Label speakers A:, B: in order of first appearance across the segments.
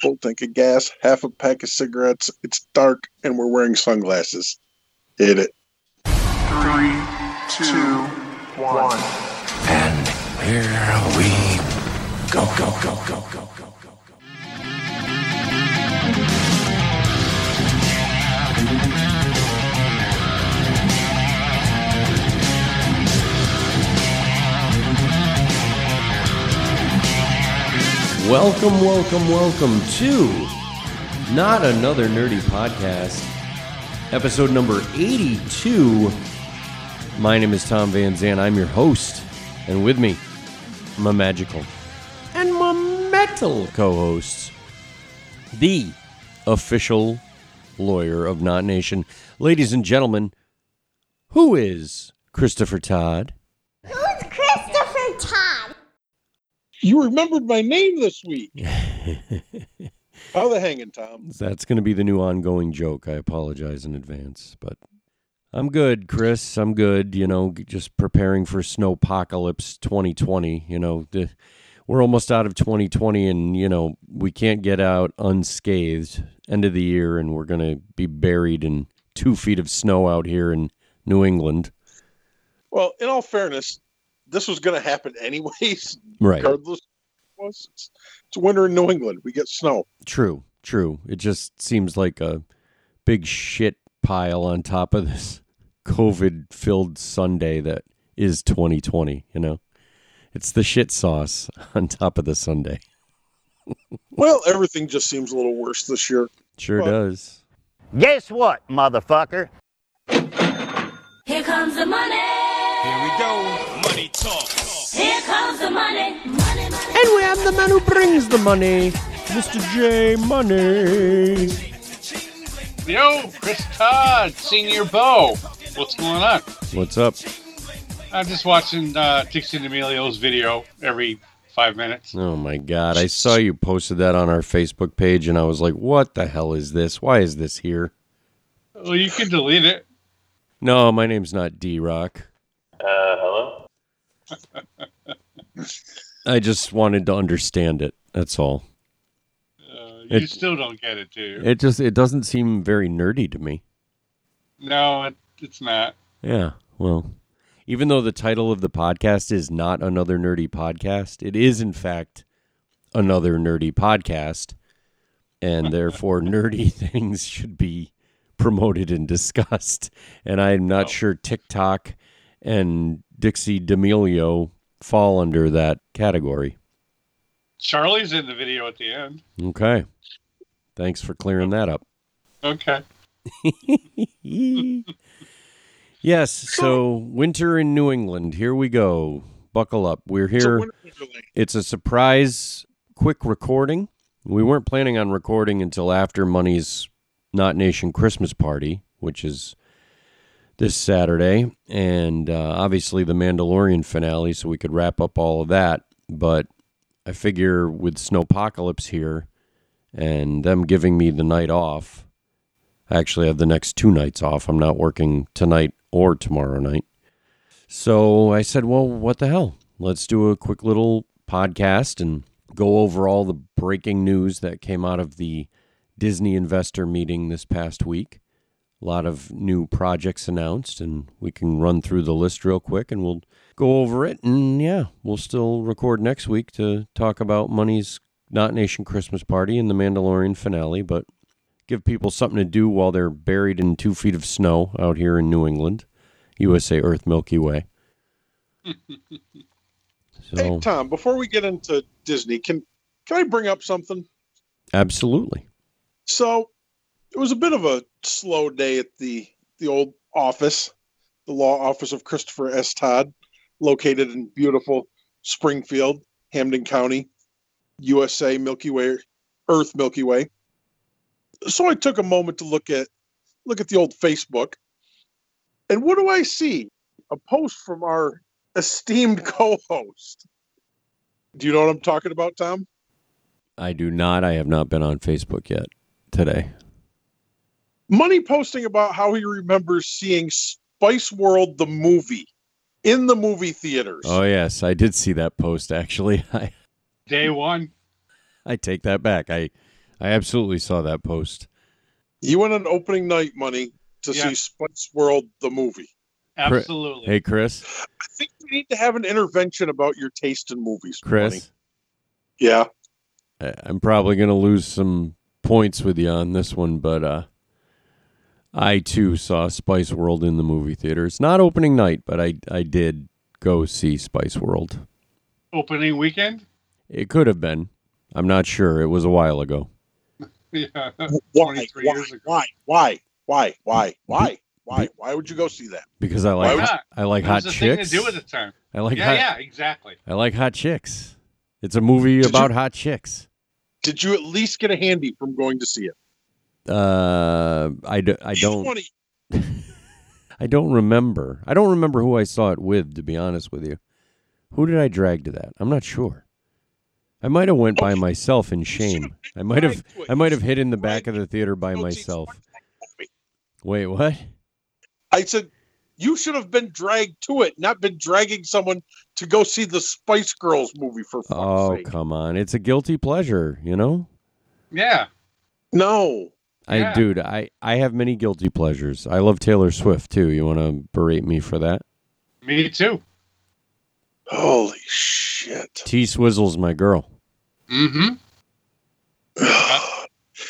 A: full tank of gas, half a pack of cigarettes. It's dark, and we're wearing sunglasses. Hit it.
B: Three, two, one.
C: And here we go, go, go, go, go, go, go, go.
D: Welcome, welcome, welcome to Not Another Nerdy Podcast, episode number 82. My name is Tom Van Zan. I'm your host, and with me, my magical and my metal co hosts, the official lawyer of Not Nation. Ladies and gentlemen, who is Christopher Todd?
E: Who's Christopher Todd?
A: You remembered my name this week. How the hanging, Tom?
D: That's going to be the new ongoing joke. I apologize in advance, but I'm good, Chris. I'm good. You know, just preparing for snowpocalypse 2020. You know, the, we're almost out of 2020, and you know we can't get out unscathed. End of the year, and we're going to be buried in two feet of snow out here in New England.
A: Well, in all fairness, this was going to happen anyways,
D: Right.
A: regardless. of what it was. It's, it's winter in New England. We get snow.
D: True. True. It just seems like a big shit pile on top of this COVID-filled Sunday that is 2020. You know. It's the shit sauce on top of the Sunday.
A: Well, everything just seems a little worse this year.
D: Sure
A: Well-
D: does.
F: Guess what, motherfucker?
G: Here comes the money. Here we go. Money talk. Here comes the money. Money, money.
D: And we have the man who brings the money, Mr. J Money.
H: Yo, Chris Todd, Senior Bo. What's going on?
D: What's up?
H: I'm just watching uh, Dixie D'Amelio's video every five minutes.
D: Oh my God. I saw you posted that on our Facebook page and I was like, what the hell is this? Why is this here?
H: Well, you can delete it.
D: No, my name's not D Rock.
I: Uh, hello?
D: I just wanted to understand it. That's all.
H: Uh, you
D: It-
H: still don't get it, do you?
D: It just it doesn't seem very nerdy to me.
H: no, it, it's not.
D: Yeah. Well, even though the title of the podcast is not another nerdy podcast, it is in fact another nerdy podcast, and therefore nerdy things should be promoted and discussed. And I'm not sure TikTok and Dixie D'Amelio fall under that category.
H: Charlie's in the video at the end.
D: Okay. Thanks for clearing that up.
H: Okay.
D: yes, so winter in New England. Here we go. Buckle up. We're
A: It's a
D: here.
A: winter wonderland.
D: It's a surprise quick recording. We weren't planning on recording until after Money's Not Nation Christmas party, which is this Saturday, and uh, obviously the Mandalorian finale, so we could wrap up all of that. But I figure with Snowpocalypse here and them giving me the night off, I actually have the next two nights off. I'm not working tonight or tomorrow night. So I said, well, what the hell? Let's do a quick little podcast and go over all the breaking news that came out of the Disney investor meeting this past week. A lot of new projects announced, and we can run through the list real quick and we'll go over it. And yeah, we'll still record next week to talk about Money's Not Nation Christmas Party and the Mandalorian finale, but give people something to do while they're buried in two feet of snow out here in New England, USA Earth Milky Way.
A: Hey,
D: So,
A: Tom, before we get into Disney, can can I bring up something?
D: absolutely.
A: So it was a bit of a slow day at the the old office, the law office of Christopher S. Todd, located in beautiful Springfield, Hamden County, USA Milky Way, Earth Milky Way. So I took a moment to look at look at the old Facebook. And what do I see? A post from our esteemed co-host. Do you know what I'm talking about, Tom?
D: I do not. I have not been on Facebook yet today.
A: Money posting about how he remembers seeing Spice World the movie in the movie theaters.
D: Oh yes, I did see that post actually. I
H: Day one.
D: I take that back. I I absolutely saw that post.
A: You went on opening night money to
H: Yeah.
A: see Spice World the movie.
H: Absolutely.
D: Hey, Chris.
A: I think we need to have an intervention about your taste in movies. Money.
D: Chris,
A: Yeah.
D: I- I'm probably going to lose some points with you on this one, but uh, I too saw Spice World in the movie theater. It's not opening night, but I I did go see Spice World.
H: Opening weekend?
D: It could have been. I'm not sure. It was a while ago.
H: Yeah.
A: Why?
H: 23
A: Why?
H: years ago.
A: Why? Why? Why? Why? Why? Why? Why would you go see that?
D: because I
A: Why
D: like
A: would-
D: hot, I like
H: It
D: hot
H: was the thing
D: chicks.
H: to do at the time.
D: I like
H: yeah,
D: hot,
H: yeah, exactly.
D: I like hot chicks. It's a movie
A: Did
D: about
A: you-
D: hot chicks.
A: Did you at least get a handy from going to see it?
D: Uh, I, d- I
A: Either
D: don't
A: one of you-
D: I don't remember. I don't remember who I saw it with. To be honest with you, who did I drag to that? I'm not sure. I might have went by
A: Okay.
D: myself in shame. I might have
A: dragged to it.
D: I might have hid in the back of
A: Dragged
D: the theater by
A: Go see
D: myself.
A: Spice World movie.
D: Wait, what?
A: I said you should have been dragged to it, not been dragging someone to go see the Spice Girls movie for fuck's
D: Oh
A: sake.
D: come on! It's a guilty pleasure, you know.
H: Yeah.
A: No.
D: I
H: Yeah.
D: dude, I I have many guilty pleasures. I love Taylor Swift too. You want to berate me for that?
H: Me too.
A: Holy shit.
D: T Swizzle's my girl.
H: Mm-hmm.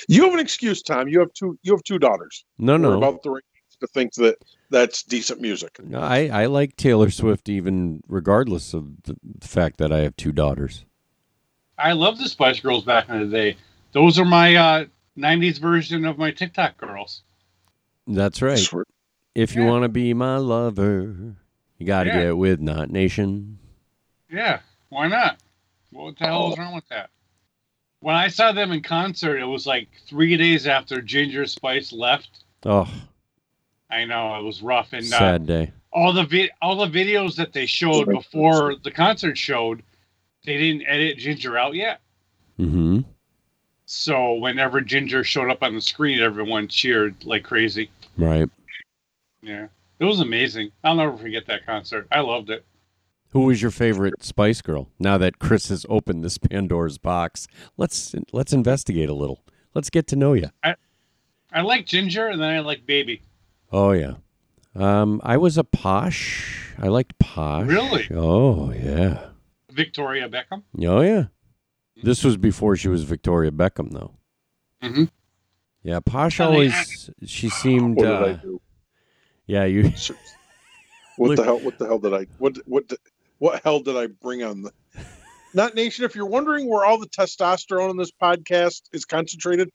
A: You have an excuse, Tom. You have two you have two daughters.
D: No,
A: We're
D: no,
A: about the right age to think that that's decent music.
D: no. I I like Taylor Swift even regardless of the the fact that I have two daughters.
H: I love the Spice Girls back in the day. Those are my uh, 90s version of my TikTok girls.
D: That's right.
A: Swear-
D: If you
H: Yeah.
D: want to be my lover, you got to
H: Yeah.
D: get with Not Nation.
H: Yeah. Why not? What the hell is wrong with that? When I saw them in concert, it was like three days after Ginger Spice left.
D: Oh,
H: I know it was rough, and uh,
D: sad day.
H: all the vi- all the videos that they showed before the concert showed, they didn't edit Ginger out yet.
D: Mm-hmm.
H: So whenever Ginger showed up on the screen, everyone cheered like crazy.
D: Right.
H: Yeah, it was amazing. I'll never forget that concert. I loved it.
D: Who was your favorite Spice Girl? Now that Chris has opened this Pandora's box, let's let's investigate a little. Let's get to know you.
H: I like Ginger, and then I like Baby.
D: Oh yeah. Um, I was a posh. I liked posh.
H: Really?
D: Oh yeah.
H: Victoria Beckham.
D: Oh yeah.
H: Mm-hmm.
D: This was before she was Victoria Beckham, though.
H: Mhm.
D: Yeah, posh
H: I mean,
D: always. She seemed.
A: What
D: uh,
A: did I do?
D: yeah, you.
A: What the
D: Look-
A: hell? What the hell did I? What what the- what hell did I bring on the? Not nation. If you're wondering where all the testosterone in this podcast is concentrated,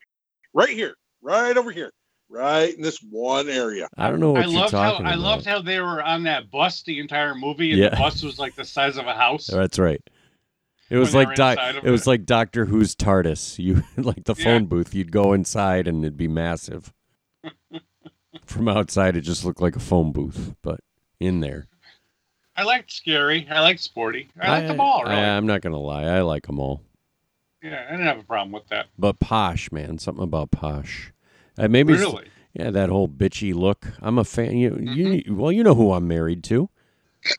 A: right here, right over here, right in this one area.
D: I don't know what
H: I
D: you're
H: loved how
D: talking about.
H: I loved how they were on that bus the entire movie, and the
D: Yeah.
H: bus was like the size of a house.
D: Oh, That's right. It was
H: they
D: like
H: were
D: doc,
H: inside of
D: It was
H: it.
D: like Doctor Who's TARDIS. You like the
H: Yeah.
D: phone booth. You'd go inside and it'd be massive. From outside, it just looked like a phone booth, but in there.
H: I liked Scary. I liked Sporty. I liked them all. Really.
D: I, I'm not gonna lie. I like them all.
H: yeah, I didn't have a problem with that.
D: But posh, man, something about posh. Uh, maybe it's-
H: Really.
D: yeah, that whole bitchy look. I'm a fan. You,
H: Mm-hmm.
D: you, well, you know who I'm married to.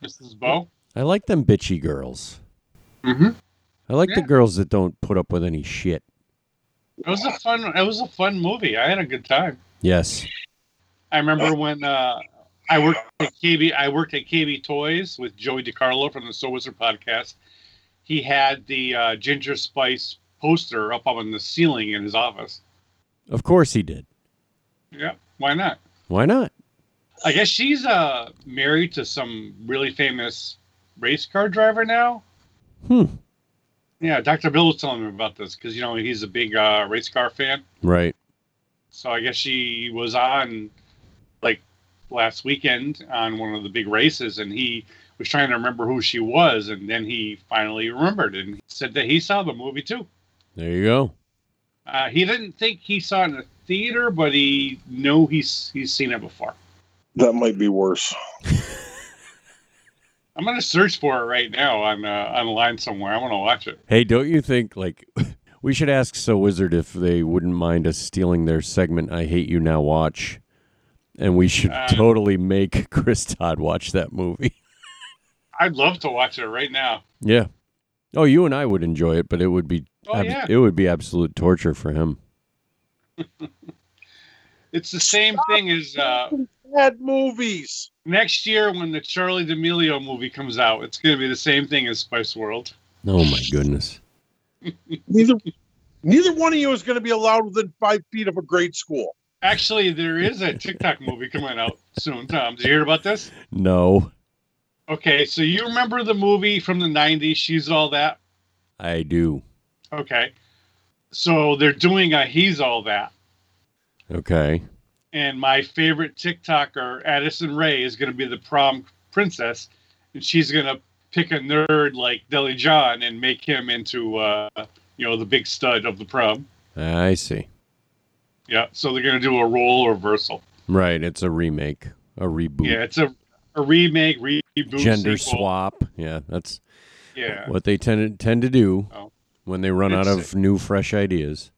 H: Mrs. Bo.
D: I like them bitchy girls.
H: Mm-hmm.
D: I like the
H: Yeah.
D: girls that don't put up with any shit.
H: It was a fun. It was a fun movie. I had a good time.
D: Yes.
H: I remember when uh, I worked at KB. I worked at KB Toys with Joey DiCarlo from the Soul Wizard podcast. He had the uh, Ginger Spice poster up on the ceiling in his office.
D: Of course he did.
H: Yeah, why not?
D: Why not?
H: I guess she's uh, married to some really famous race car driver now.
D: Hmm.
H: Yeah, Dr. Bill was telling me about this because you know he's a big uh, race car fan.
D: Right.
H: So I guess she was on like last weekend on one of the big races, and he was trying to remember who she was, and then he finally remembered and said that he saw the movie too.
D: There you go.
H: Uh, he didn't think he saw it in a theater, but he knew he's he's seen it before.
A: That might be worse.
H: I'm gonna search for it right now on uh, online somewhere. I want to watch it.
D: Hey, don't you think like we should ask So Wizard if they wouldn't mind us stealing their segment I Hate You Now Watch. And we should
H: Uh.
D: totally make Chris Todd watch that movie.
H: I'd love to watch it right now.
D: Yeah. Oh, you and I would enjoy it, but it would be
H: Oh, yeah.
D: it would be absolute torture for him.
H: It's the same thing as uh,
A: Bad movies.
H: next year when the Charlie D'Amelio movie comes out. It's going to be the same thing as Spice World.
D: Oh my goodness.
A: Neither neither one of you is going to be allowed within five feet of a grade school.
H: Actually, there is a TikTok movie coming out soon. Tom, did you hear about this?
D: No,
H: Okay, so you remember the movie from the '90s? She's all that.
D: I do.
H: Okay, so they're doing a "He's all that."
D: Okay.
H: and my favorite TikToker, Addison Ray, is going to be the prom princess, and she's going to pick a nerd like Deli John and make him into, uh, you know, the big stud of the prom.
D: I see.
H: Yeah, so they're going to do a role reversal.
D: Right. It's a remake, a reboot,
H: Yeah, it's a, a remake, re- reboot,
D: gender
H: sequel.
D: swap. Yeah, that's
H: Yeah,
D: what they tend tend to do
H: Oh.
D: when they run out
H: It's-
D: of new, fresh ideas.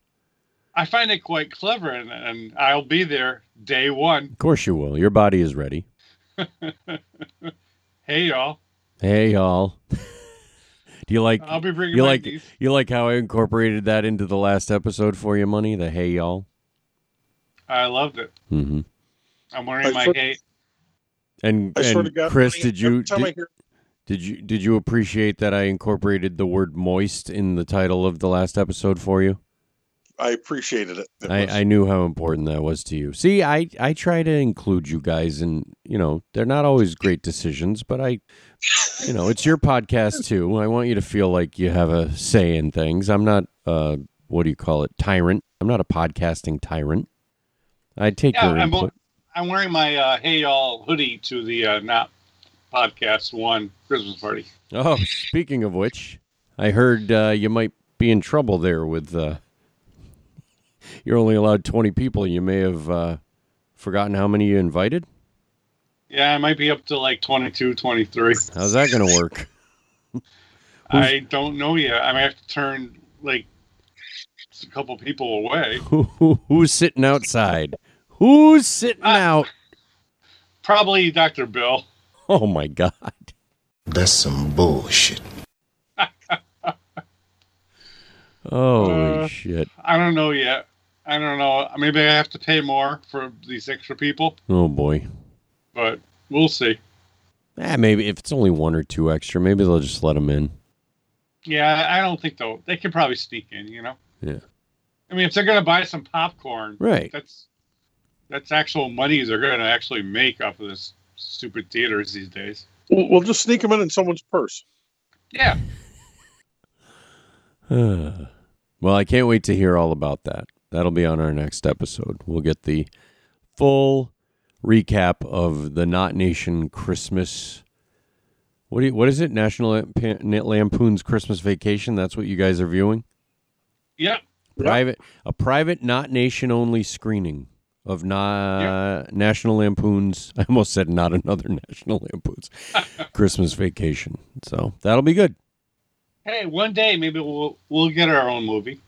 H: I find it quite clever, and, and I'll be there day one.
D: Of course you will. Your body is ready.
H: Hey, y'all,
D: Hey y'all. do you like
H: I'll be bringing
D: you
H: my
D: like
H: niece.
D: you like how I incorporated that into the last episode for you, money? The hey y'all.
H: I loved it.
D: Mm-hmm.
H: I'm wearing
A: I
H: my
A: swear-
H: hey.
D: And,
A: I swear to
D: and
A: God,
D: Chris,
A: Tony,
D: did
A: every
D: you
A: time I
D: did,
A: hear-
D: did you did you appreciate that I incorporated the word moist in the title of the last episode for you?
A: I appreciated it. It was-
D: I, I knew how important that was to you. See, I, I try to include you guys in, you know, they're not always great decisions, but I, you know, it's your podcast too. I want you to feel like you have a say in things. I'm not, uh, what do you call it? Tyrant. I'm not a podcasting tyrant. I take
H: Yeah,
D: your
H: I'm,
D: input.
H: I'm wearing my uh, Hey Y'all hoodie to the uh, Not Podcast One Christmas party.
D: Oh, speaking of which, I heard uh, you might be in trouble there with, uh, you're only allowed 20 people. You may have uh, forgotten how many you invited.
H: Yeah, I might be up to like 22, 23.
D: How's that going to work?
H: I don't know yet. I might have to turn like a couple people away.
D: Who, who, who's sitting outside? Who's sitting out?
H: Probably Dr. Bill.
D: Oh my God.
C: That's some bullshit.
D: Holy
H: Uh,
D: shit.
H: I don't know yet. I don't know. Maybe I have to pay more for these extra people,
D: Oh boy.
H: but we'll see.
D: Eh, maybe if it's only one or two extra, maybe they'll just let them in.
H: Yeah, I don't think they'll. They can probably sneak in, you know?
D: Yeah.
H: I mean, if they're going to buy some popcorn,
D: Right.
H: that's that's actual money they're going to actually make off of this stupid theaters these days.
A: we'll, we'll just sneak them in in someone's purse.
H: Yeah,
D: well, I can't wait to hear all about that. That'll be on our next episode. We'll get the full recap of the Not Nation Christmas. What do you, what is it? National Lamp- Lampoon's Christmas Vacation. That's what you guys are viewing.
H: yep.
D: private a private not nation only screening of na- national lampoons i almost said not another national lampoons christmas vacation so that'll be good
H: Hey, one day maybe we'll we'll get our own movie.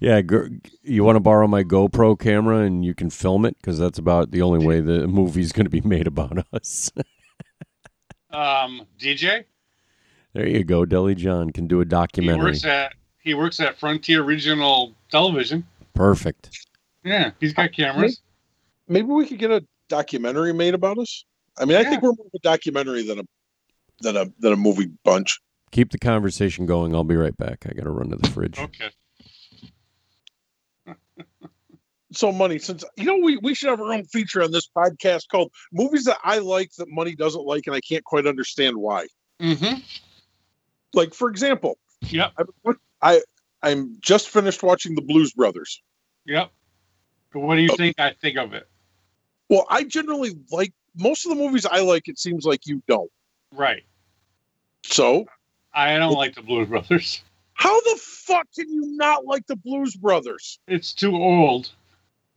D: yeah gr- you want to borrow my gopro camera and you can film it because that's about the only way the movie's going to be made about us
H: Um, DJ,
D: there you go deli john can do a
H: he
D: documentary
H: works at he works at Frontier Regional Television.
D: perfect
H: Yeah, he's got cameras.
A: Maybe we could get a documentary made about us. I mean, I
H: Yeah.
A: think we're more of a documentary than a than a than a movie bunch.
D: keep the conversation going i'll be right back i gotta run to the fridge
H: Okay.
A: So, money. Since you know, we we should have our own feature on this podcast called "Movies That I Like That Money Doesn't Like," and I can't quite understand why.
H: Mm-hmm.
A: Like, for example,
H: Yep.
A: I, I I'm just finished watching The Blues Brothers.
H: Yep. But What do you think? I think of it.
A: Well, I generally like most of the movies I like. It seems like you don't.
H: Right.
A: So,
H: I don't like the Blues Brothers.
A: how the fuck can you not like The Blues Brothers?
H: It's too old.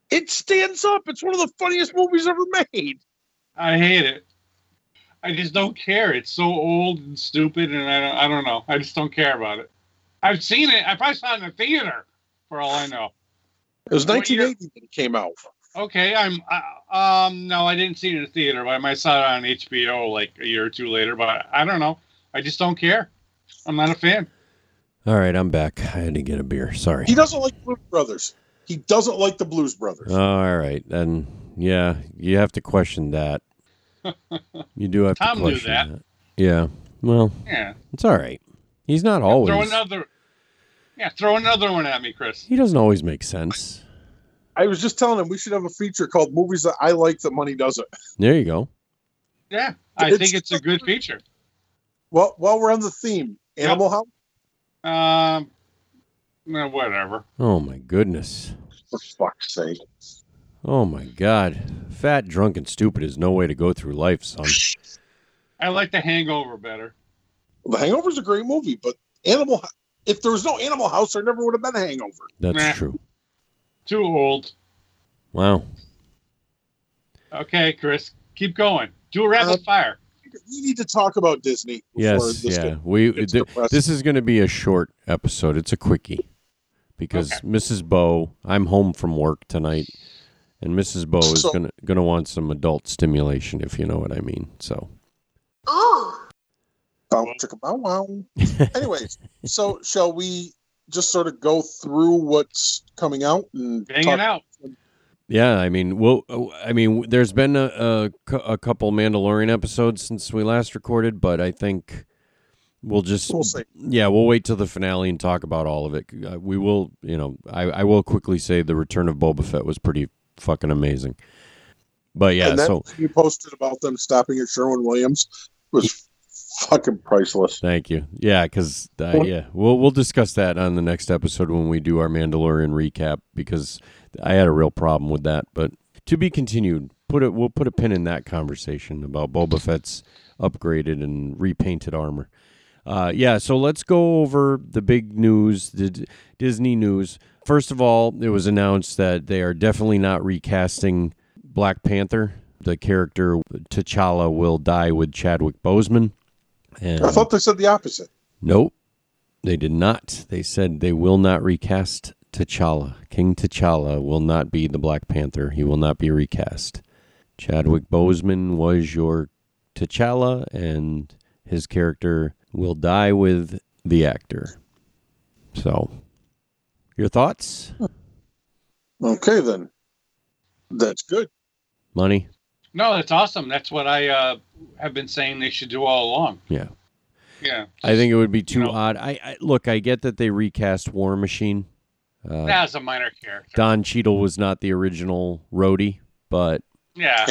A: It stands up. It's one of the funniest movies ever made.
H: I hate it. I just don't care. It's so old and stupid, and I don't, I don't know. I just don't care about it. I've seen it. I probably saw it in the theater, for all I know.
A: It was
H: What year?
A: 1980 when it came out.
H: Okay, I'm. I, um, no, I didn't see it in the theater, but I might saw it on HBO like a year or two later. But I don't know. I just don't care. I'm not a fan.
D: All right, I'm back. I had to get a beer. Sorry.
A: He doesn't like Blues Brothers. He doesn't like the Blues Brothers.
D: All right, then. Yeah, you have to question that. You do have
H: Tom
D: to
H: knew
D: question
H: that.
D: Yeah. Well,
H: Yeah.
D: it's all right. He's not always.
H: Throw another. Yeah, throw another one at me, Chris.
D: He doesn't always make sense.
A: I was just telling him we should have a feature called "Movies That I Like That Money Doesn't."
D: There you go.
H: Yeah, I
A: It's-
H: think it's a good feature.
A: Well, while we're on the theme, Animal House.
H: Um, eh, whatever.
D: Oh my goodness.
A: For fuck's sake!
D: Oh my God. Fat, drunk, and stupid is no way to go through life, son.
H: I like The Hangover better.
A: Well, the Hangover is a great movie, but Animal. Ho- If there was no Animal House, there never would have been a Hangover.
D: That's
H: Meh.
D: true.
H: Too old.
D: Wow.
H: Okay, Chris, keep going. Do a rapid
A: Uh,
H: fire.
A: We need to talk about Disney. before
D: Yes.
A: this
D: Yeah.
A: gets-
D: we.
A: gets
D: th-
A: depressing.
D: this is going to be a short episode. It's a quickie because Mrs. Bo, I'm home from work tonight, and Mrs. Bo is
A: So-
D: gonna gonna want some adult stimulation, if you know what I mean. So.
E: Oh.
A: Bow, chicka, bow, wow. Anyways, so shall we just sort of go through what's coming out and
H: Bang
A: talk-
H: it out.
D: Yeah, I mean, well, uh, I mean, w- there's been a, a cou- a couple Mandalorian episodes since we last recorded, but I think we'll just
A: We'll see.
D: yeah, we'll wait till the finale and talk about all of it. Uh, we will, you know, I, I will quickly say the return of Boba Fett was pretty fucking amazing. But yeah,
A: and that
D: so
A: you posted about them stopping at Sherwin Williams was fucking priceless.
D: thank you. Yeah, because uh,
A: Well-
D: yeah, we'll we'll discuss that on the next episode when we do our Mandalorian recap because I had a real problem with that, but to be continued. Put it. We'll put a pin in that conversation about Boba Fett's upgraded and repainted armor. Uh, yeah, so let's go over the big news, the D- Disney news. First of all, it was announced that they are definitely not recasting Black Panther. The character T'Challa will die with Chadwick Boseman. And
A: I thought they said the opposite.
D: Nope. They did not. They said they will not recast T'Challa. King T'Challa will not be the Black Panther. He will not be recast. Chadwick Boseman was your T'Challa, and his character will die with the actor. So, your thoughts?
A: Okay, then. That's good.
D: Money?
H: No, that's awesome. That's what I uh, have been saying they should do all along.
D: Yeah.
H: Yeah.
D: I think it would be too
H: know.
D: odd. I, I look. I get that they recast War Machine. Uh,
H: That's a minor character.
D: Don Cheadle was not the original roadie, but
H: yeah.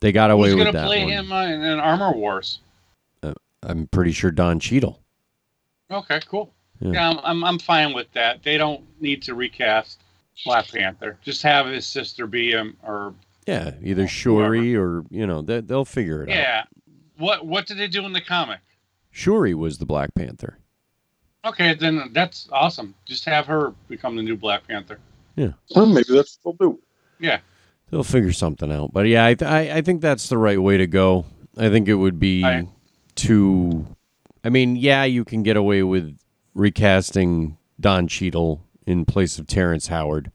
D: They got away
H: Who's
D: with
H: going to
D: that
H: play
D: one.
H: him uh, in, in Armor Wars?
D: I'm pretty sure Don Cheadle.
H: Okay, cool.
D: Yeah.
H: Yeah, I'm, I'm I'm fine with that. They don't need to recast Black Panther. Just have his sister be him, or
D: Yeah, either Shuri or you know they, they'll figure it out.
H: yeah. What What did they do in the comic?
D: Shuri was the Black Panther.
H: Okay, then that's awesome. Just have her become the new Black Panther.
A: Well, maybe that's what they'll do.
D: They'll figure something out. But yeah, I th- I, I think that's the right way to go. I think it would be
H: I-
D: too. I mean, yeah, you can get away with recasting Don Cheadle in place of Terrence Howard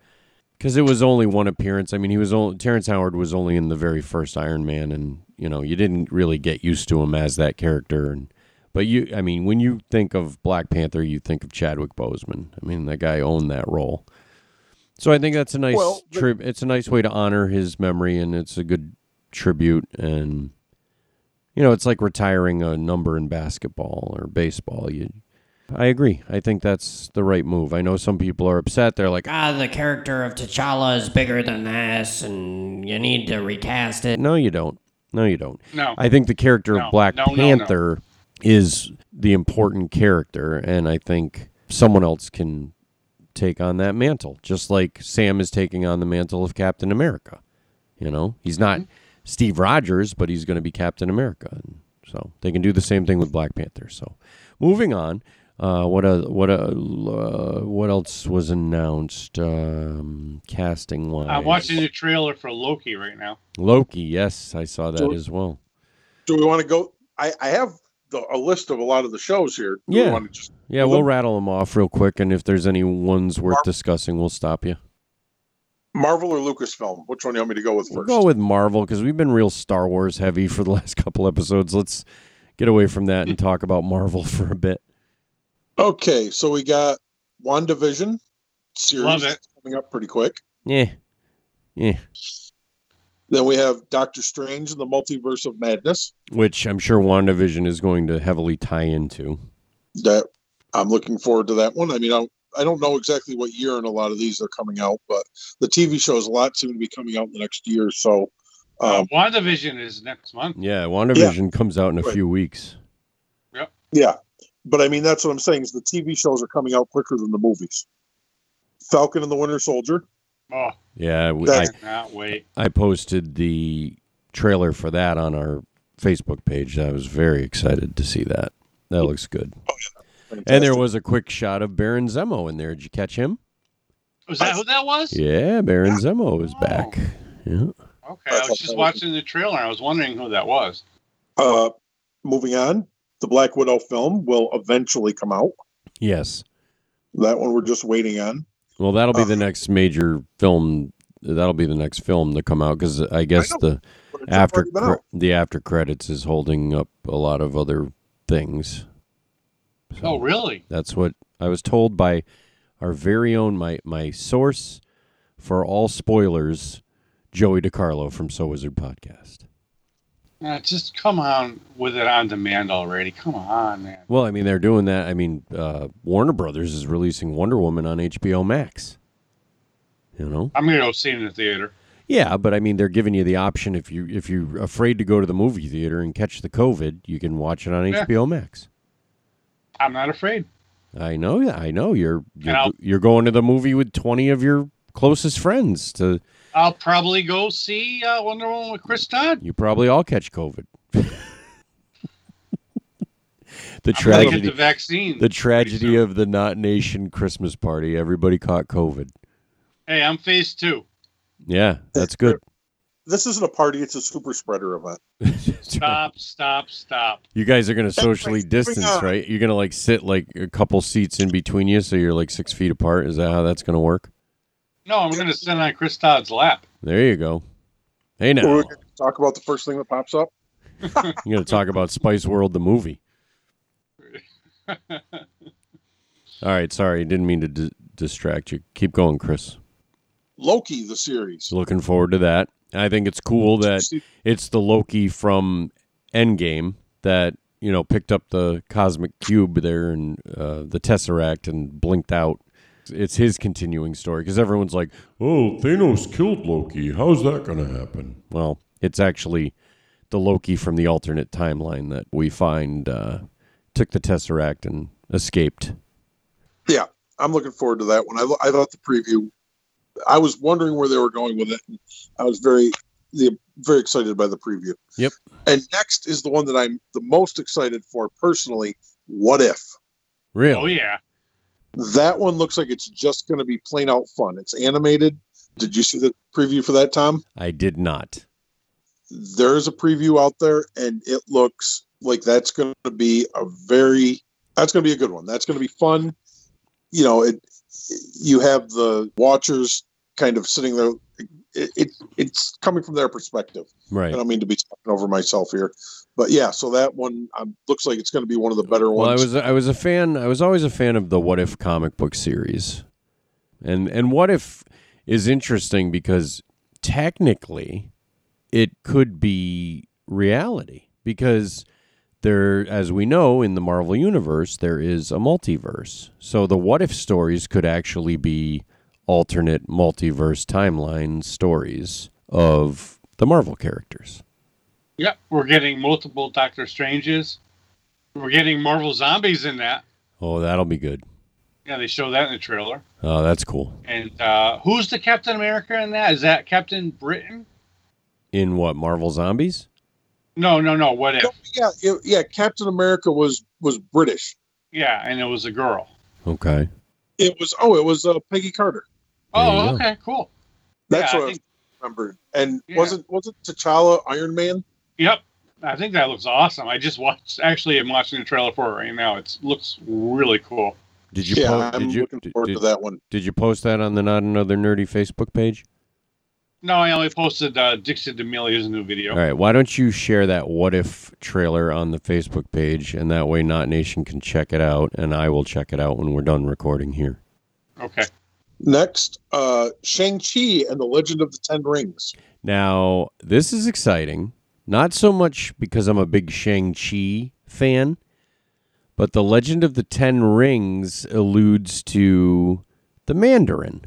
D: because it was only one appearance. I mean, he was only Terrence Howard was only in the very first Iron Man, and you know you didn't really get used to him as that character. And but you, I mean, when you think of Black Panther, you think of Chadwick Boseman. I mean, that guy owned that role. So I think that's a nice
A: Well, but-
D: trib. It's a nice way to honor his memory, and it's a good tribute. And you know, it's like retiring a number in basketball or baseball. You I agree. I think that's the right move. I know some people are upset. They're like,
I: ah, the character of T'Challa is bigger than this, and you need to recast it.
D: no, you don't. No, you don't.
H: No,
D: I think the character
H: No,
D: of Black
H: no, no, no.
D: Panther is the important character, and I think someone else can take on that mantle, just like Sam is taking on the mantle of Captain America. You know, he's not
H: Mm-hmm.
D: Steve Rogers, but he's going to be Captain America, and so they can do the same thing with Black Panther. So, moving on, uh, what a what a uh, what else was announced um, casting wise?
H: I'm watching the trailer for Loki right now.
D: Loki. Yes, I saw that
A: So-
D: as well.
A: Do we want to go? I, I have the, a list of a lot of the shows here. Do
D: Yeah.
A: We want to just,
D: Yeah,
A: Well,
D: we'll
A: then-
D: rattle them off real quick, and if there's any ones worth discussing, we'll stop you.
A: Marvel or Lucasfilm? Which one do you want me to go with
D: We'll
A: first?
D: go with Marvel because we've been real Star Wars heavy for the last couple episodes. Let's get away from that and talk about Marvel for a bit.
A: Okay, so we got WandaVision series
H: Love it.
A: coming up pretty quick.
D: Yeah. Yeah.
A: Then we have Doctor Strange and the Multiverse of Madness
D: Which I'm sure WandaVision is going to heavily tie into.
A: that I'm looking forward to that one. I mean, I, I don't know exactly what year and a lot of these are coming out, but the TV shows a lot seem to be coming out in the next year. So,
H: Uh,
A: um,
H: WandaVision is next month.
D: Yeah, WandaVision comes out in a
A: Right.
D: few weeks.
A: yeah, but I mean, that's what I'm saying is the TV shows are coming out quicker than the movies. Falcon and the Winter Soldier.
H: Oh,
D: Yeah, we, I,
A: That's-
H: cannot wait.
D: I posted the trailer for that on our Facebook page. I was very excited to see that. That looks good. And there
A: Fantastic.
D: was a quick shot of Baron Zemo in there. Did you catch him?
H: Was that who that was?
D: Yeah, Baron Zemo is back. Yeah.
H: Okay, I was just watching the trailer. I was wondering who that was.
A: Uh, moving on, the Black Widow film will eventually come out.
D: Yes.
A: That one we're just waiting on.
D: Well, that'll be the
A: Uh,
D: next major film. That'll be the next film to come out because I guess
A: know,
D: the
A: But it's
D: after
A: already been
D: cre-
A: out.
D: the after credits is holding up a lot of other things. So
H: Oh, really?
D: That's what I was told by our very own my my source for all spoilers, Joey DiCarlo from So Wizard Podcast.
H: Uh, just come on with it on demand already. Come on, man.
D: Well, I mean they're doing that. I mean uh, Warner Brothers is releasing Wonder Woman on HBO Max. You know.
H: I'm gonna go see it in the theater.
D: Yeah, but I mean, they're giving you the option if you if you're afraid to go to the movie theater and catch the COVID, you can watch it on
H: Yeah.
D: HBO Max.
H: I'm not afraid.
D: I know, I know. You're you're,
H: I'll-
D: you're going to the movie with twenty of your closest friends. To
H: I'll probably go see uh, Wonder Woman with Chris Todd.
D: you probably all catch COVID. the
H: I'm gonna get
D: tragedy,
H: the vaccine.
D: the tragedy
H: soon.
D: of the not nation Christmas party. Everybody caught COVID.
H: hey, I'm phase two.
D: Yeah, that's good.
A: This isn't a party; it's a super spreader event.
H: Stop, stop, stop.
D: You guys are gonna socially
A: right, bring
D: distance,
A: on.
D: right? You're gonna like sit like a couple seats in between you, so you're like six feet apart. Is that how that's gonna work?
H: No, I'm gonna sit on Chris Todd's lap.
D: There you go. Hey now,
A: We're
D: you're
A: gonna talk about the first thing that pops up.
D: gonna talk about Spice World the movie. All right, sorry, didn't mean to d- distract you. Keep going, Chris.
A: Loki, the series.
D: Looking forward to that. I think it's cool that it's the Loki from Endgame that you know picked up the cosmic cube there and uh, the Tesseract and blinked out. It's his continuing story because everyone's like,
J: Oh, Thanos killed Loki. How's that going to happen?
D: well, it's actually the Loki from the alternate timeline that we find uh, took the Tesseract and escaped.
A: Yeah, I'm looking forward to that one. I, lo- I thought the preview. I was wondering where they were going with it. And I was very, the, very excited by the preview.
D: Yep.
A: And next is the one that I'm the most excited for personally. What if
D: Really?
H: Oh yeah.
A: that one looks like it's just going to be plain out fun? It's animated. Did you see the preview for that, Tom?
D: I did not.
A: there's a preview out there and it looks like that's going to be a very that's going to be a good one that's going to be fun you know it you have the watchers kind of sitting there it, it it's coming from their perspective i
D: Right.
A: don't mean to be talking over myself here but yeah so that one um, looks like it's going to be one of the better
D: Well, I
A: ones
D: was I was a fan. I was always a fan of the What If comic book series, and and What If is interesting because technically it could be reality because there, as we know in the Marvel universe, there is a multiverse. So the What If stories could actually be alternate multiverse timeline stories of the Marvel characters.
H: Yep. We're getting multiple Doctor Stranges. We're getting Marvel zombies in that.
D: Oh, that'll be good.
H: Yeah, they show that in the trailer.
D: Oh, that's cool.
H: And uh, who's the Captain America in that? Is that Captain Britain?
D: In what Marvel Zombies?
H: No, no, no. What if?
A: yeah yeah, yeah captain america was was british
H: Yeah, and it was a girl.
D: Okay.
A: it was oh it was uh, peggy carter
D: There you
H: Oh,
D: go.
H: okay, cool.
A: that's
H: Yeah, I
A: what i,
H: think-
A: remember and
H: Yeah.
A: wasn't wasn't t'challa iron man
H: Yep. I think that looks awesome. I just watched. Actually, I'm watching the trailer for it right now. It looks really cool.
D: Did you?
A: yeah
D: po-
A: i'm
D: did you,
A: looking
D: did-
A: forward
D: did,
A: to that one
D: Did you post that on the Not Another Nerdy Facebook page?
H: No, I only posted uh, Dixie D'Amelia's new video.
D: All right, why don't you share that what if trailer on the Facebook page and that way Not Nation can check it out and I will check it out when we're done recording here.
H: Okay.
A: Next, uh, Shang-Chi and the Legend of the Ten Rings.
D: Now, this is exciting. Not so much because I'm a big Shang-Chi fan, but The Legend of the Ten Rings alludes to the Mandarin.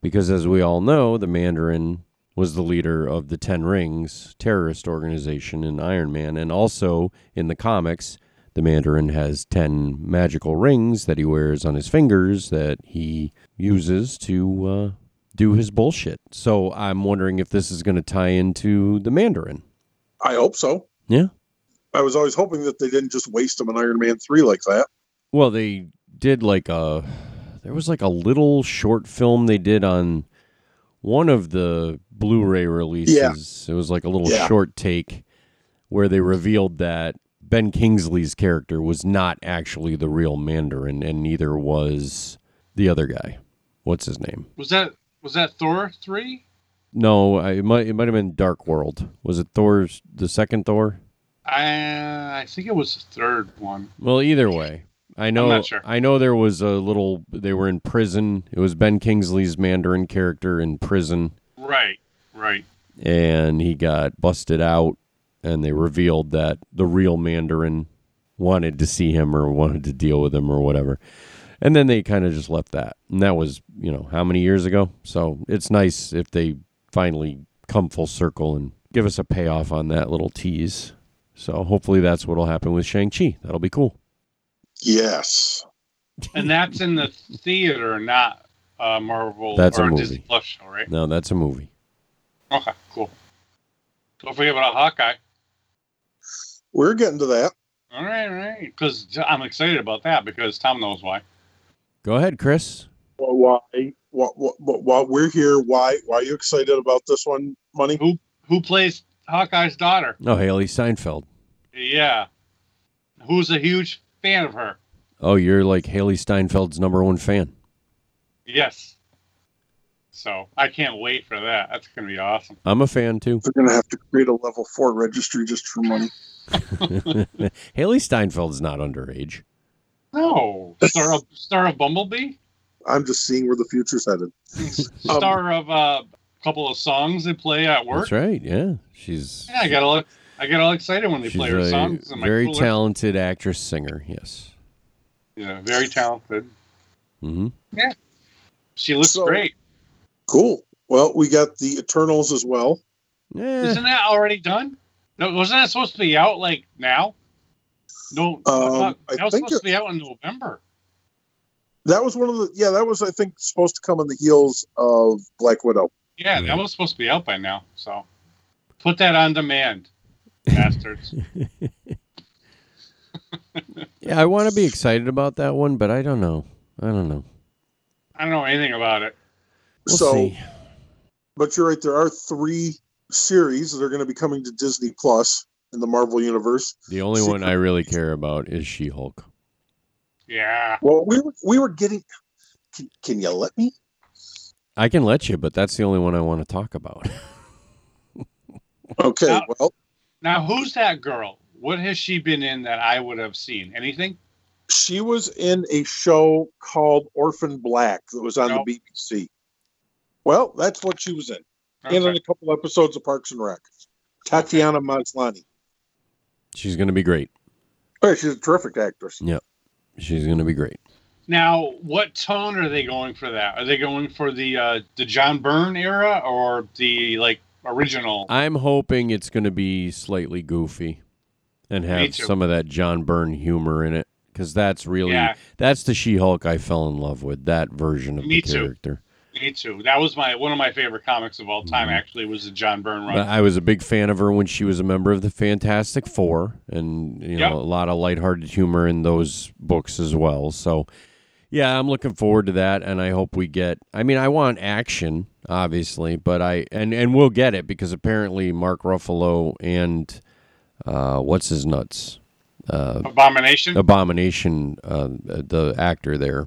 D: Because as we all know, the Mandarin was the leader of the Ten Rings terrorist organization in Iron Man. And also in the comics, the Mandarin has 10 magical rings that he wears on his fingers that he uses to uh, do his bullshit. So I'm wondering if this is going to tie into the Mandarin.
A: I hope so.
D: Yeah.
A: I was always hoping that they didn't just waste him in Iron Man 3 like that.
D: Well, they did like a. There was like a little short film they did on one of the Blu ray releases. It was like a little
A: Yeah.
D: short take where they revealed that Ben Kingsley's character was not actually the real Mandarin, and neither was the other guy. What's his name?
H: Was that was that Thor three?
D: No, I, it might it might have been Dark World. Was it Thor's the second Thor?
H: I I think it was the third one.
D: Well, either way, I know
H: not sure.
D: I know there was a little. They were in prison. It was Ben Kingsley's Mandarin character in prison,
H: Right, right.
D: and he got busted out. And they revealed that the real Mandarin wanted to see him or wanted to deal with him or whatever. And then they kind of just left that. And that was, you know, how many years ago? So it's nice if they finally come full circle and give us a payoff on that little tease. So hopefully that's what'll happen with Shang-Chi. That'll be cool.
A: Yes.
H: And that's in the theater, not uh, Marvel
D: That's a
H: or
D: movie.
H: Disney Plus show, right?
D: No, that's a movie.
H: Okay, cool. Don't forget about Hawkeye.
A: We're getting to that.
H: All right, all right. Because I'm excited about that because Tom knows why.
D: Go ahead, Chris.
A: Well, why? What, what, what, while we're here, why, why are you excited about this one, Money?
H: Who plays Hawkeye's daughter?
D: No, Haley Steinfeld.
H: Yeah. Who's a huge fan of her?
D: Oh, you're like Haley Steinfeld's number one fan.
H: Yes. So I can't wait for that. That's gonna be awesome.
D: I'm a fan too.
A: They're going to have to create a level four registry just for money.
D: Haley Steinfeld's not underage.
H: No, star of star of Bumblebee,
A: I'm just seeing where the future's headed. Um,
H: star of uh, a couple of songs they play at work.
D: That's right. Yeah, she's
H: Yeah, I got all I got all excited when they
D: she's
H: play her
D: a
H: songs. in my
D: very
H: cooler.
D: talented actress singer. Yes.
H: Yeah, very talented.
D: Mm-hmm.
H: She looks
A: So-
H: great.
A: Cool. Well, we got the Eternals as well.
D: Yeah.
H: Isn't that already done? No, wasn't that supposed to be out like now? No, I
A: Um,
H: thought-
A: I
H: that was
A: think
H: supposed to be out in November.
A: That was one of the, yeah, that was, I think, supposed to come on the heels of Black Widow.
H: Yeah,
D: Yeah.
H: that was supposed to be out by now. So put that on demand, bastards.
D: yeah, I want to be excited about that one, but I don't know. I don't know.
H: I don't know anything about it.
D: We'll
A: so,
D: see.
A: but you're right. There are three series that are going to be coming to Disney Plus in the Marvel universe.
D: The only
A: see-
D: one I really care about is She-Hulk.
H: Yeah.
A: Well, we were, we were getting. Can, can you let me?
D: I can let you, but that's the only one I want to talk about.
A: Okay.
H: Now-
A: well,
H: Now, who's that girl? What has she been in that I would have seen? Anything?
A: she was in a show called Orphan Black that was on
H: No.
A: the BBC. Well, that's what she was in, and in
H: Okay.
A: a couple episodes of Parks and Rec. Tatiana Maslany.
D: She's going to be great.
A: Oh, she's a terrific actress.
D: She's going to be great.
H: Now, what tone are they going for that? Are they going for the uh, the John Byrne era or the like original?
D: I'm hoping it's going to be slightly goofy and have
H: too.
D: some of that John Byrne humor in it because that's really
H: Yeah.
D: that's the She-Hulk I fell in love with that version of
H: Me
D: the
H: too.
D: character.
H: Me too. That was my one of my favorite comics of all time.
D: Mhm.
H: Actually, was the John Byrne
D: But
H: run.
D: I was a big fan of her when she was a member of the Fantastic Four, and you
H: Yep.
D: know a lot of lighthearted humor in those books as well. So, yeah, I'm looking forward to that, and I hope we get. I mean, I want action, obviously, but I and and we'll get it because apparently Mark Ruffalo and uh, what's his nuts. Uh,
H: Abomination.
D: Abomination, uh, the actor there.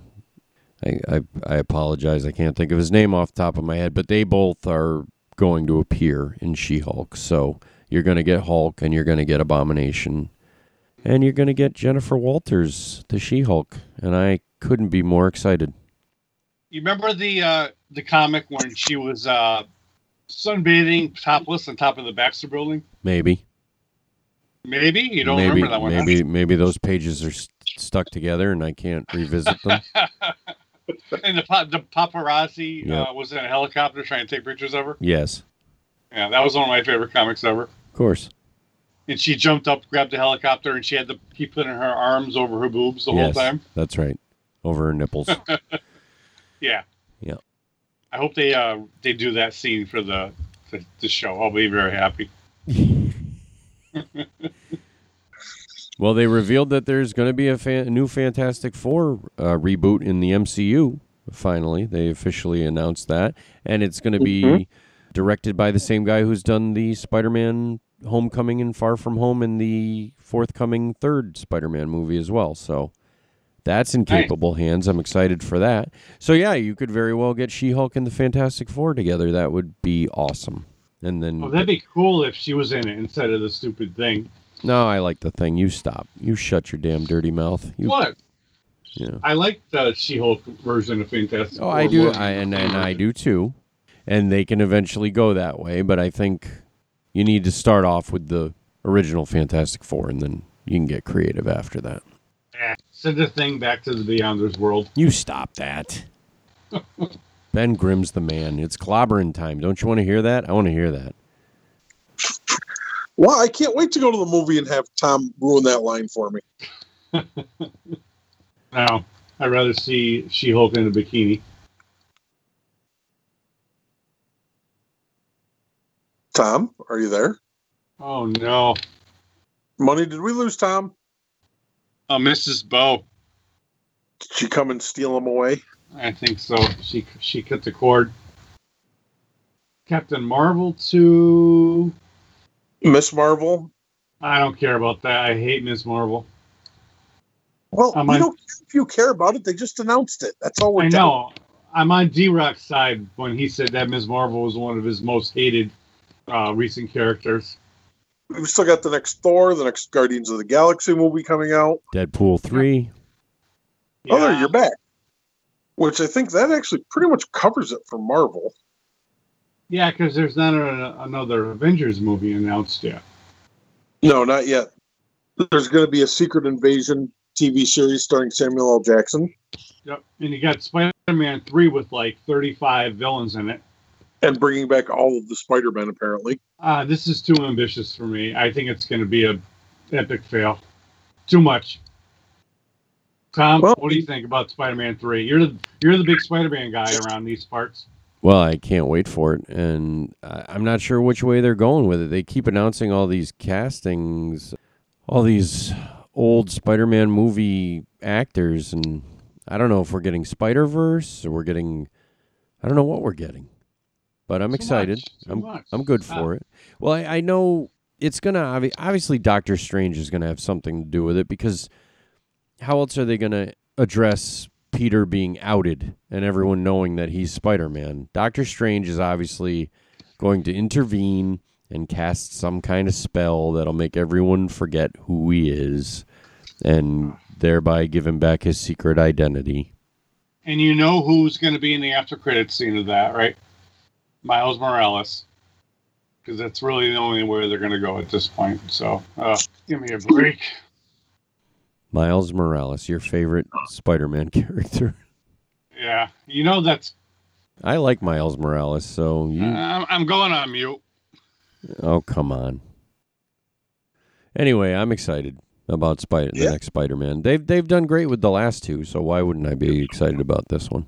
D: I, I I apologize. I can't think of his name off the top of my head, but they both are going to appear in She Hulk. So you're going to get Hulk and you're going to get Abomination and you're going to get Jennifer Walters, the She Hulk. And I couldn't be more excited.
H: You remember the uh, the comic when she was uh, sunbathing topless on top of the Baxter Building?
D: Maybe.
H: Maybe you don't
D: maybe,
H: remember that one.
D: Maybe maybe those pages are st- stuck together and I can't revisit them.
H: and the pa- the paparazzi
D: Yep.
H: uh, was in a helicopter trying to take pictures of her.
D: yes,
H: Yeah, that was one of my favorite comics ever.
D: of course.
H: And she jumped up, grabbed the helicopter, and she had to keep putting her arms over her boobs the
D: yes,
H: whole time.
D: that's right. Over her nipples.
H: Yeah.
D: Yeah.
H: I hope they uh they do that scene for the the, the show. I'll be very happy.
D: well, they revealed that there's going to be a fan- new Fantastic Four uh, reboot in the MCU. Finally, they officially announced that, and it's going to be
H: Mm-hmm.
A: Mhm.
D: directed by the same guy who's done the Spider-Man Homecoming and Far From Home and the forthcoming third Spider-Man movie as well. So that's in
H: Nice.
D: capable hands. I'm excited for that. So yeah, you could very well get She-Hulk and the Fantastic Four together. That would be awesome. And then
H: Oh, that'd be cool if she was in it instead of the stupid thing.
D: no, I like the thing. You stop. You shut your damn dirty mouth. You,
H: What?
D: Yeah.
H: I like the She-Hulk version of Fantastic.
D: Oh, I
H: Four
D: do.
H: more
D: I,
H: than
D: and,
H: the
D: and
H: main
D: I
H: version.
D: do too. And they can eventually go that way, but I think you need to start off with the original Fantastic Four, and then you can get creative after that.
H: Eh, Send the thing back to the Beyonders world.
D: You stop that. ben Grimm's the man. It's clobbering time. Don't you want to hear that? I want to hear that.
A: Well, I can't wait to go to the movie and have Tom ruin that line for me.
H: No, I'd rather see She-Hulk in a bikini.
A: Tom, are you there?
H: Oh no,
A: Money, did we lose Tom?
H: oh Mrs. Bo.
A: Did she come and steal him away?
H: I think so. She she cut the cord. Captain Marvel two.
A: Miss Marvel?
H: I don't care about that. I hate Ms. Marvel.
A: Well,
H: Am
A: we
H: I-
A: don't care if you care about it. They just announced it. That's all we're
H: I
A: doing.
H: know. I'm on D Rock's side when he said that Ms. Marvel was one of his most hated uh, recent characters.
A: We've still got the next Thor, the next Guardians of the Galaxy movie coming out.
D: Deadpool three.
A: Oh, there, you're back. Which I think that actually pretty much covers it for Marvel.
H: Yeah, because there's not a, another Avengers movie announced yet.
A: No, not yet. There's going to be a Secret Invasion TV series starring Samuel L. Jackson
H: Yep. And you got Spider Man 3 with like 35 villains in it.
A: and bringing back all of the Spider Man, apparently.
H: Uh, this is too ambitious for me. I think it's going to be a epic fail. Too much. Tom,
A: Well-
H: what do you think about Spider-Man Three? You're the you're the big Spider-Man guy around these parts.
D: Well, I can't wait for it, and I- I'm not sure which way they're going with it. They keep announcing all these castings, all these old Spider-Man movie actors, and I don't know if we're getting Spider-Verse or we're getting, I don't know what we're getting, but I'm
H: Too
D: excited.
H: much, too
D: I'm
H: much.
D: I'm good
H: Ah.
D: for it. Well, I, I know it's gonna obvi- obviously Doctor Strange is gonna have something to do with it because how else are they gonna address Peter being outed and everyone knowing that he's Spider Man? Doctor Strange is obviously going to intervene and cast some kind of spell that'll make everyone forget who he is and thereby give him back his secret identity.
H: And you know who's going to be in the after credits scene of that, right? Miles Morales, because that's really the only way they're going to go at this point. So uh, give me a break.
D: Miles Morales, your favorite Spider Man character.
H: Yeah, you know that's.
D: I like Miles Morales, so you
H: I'm, I'm going on mute.
D: Oh, come on. Anyway, I'm excited about Spider the
A: Yeah.
D: next Spider-Man. They've they've done great with the last two, so why wouldn't I be excited about this one?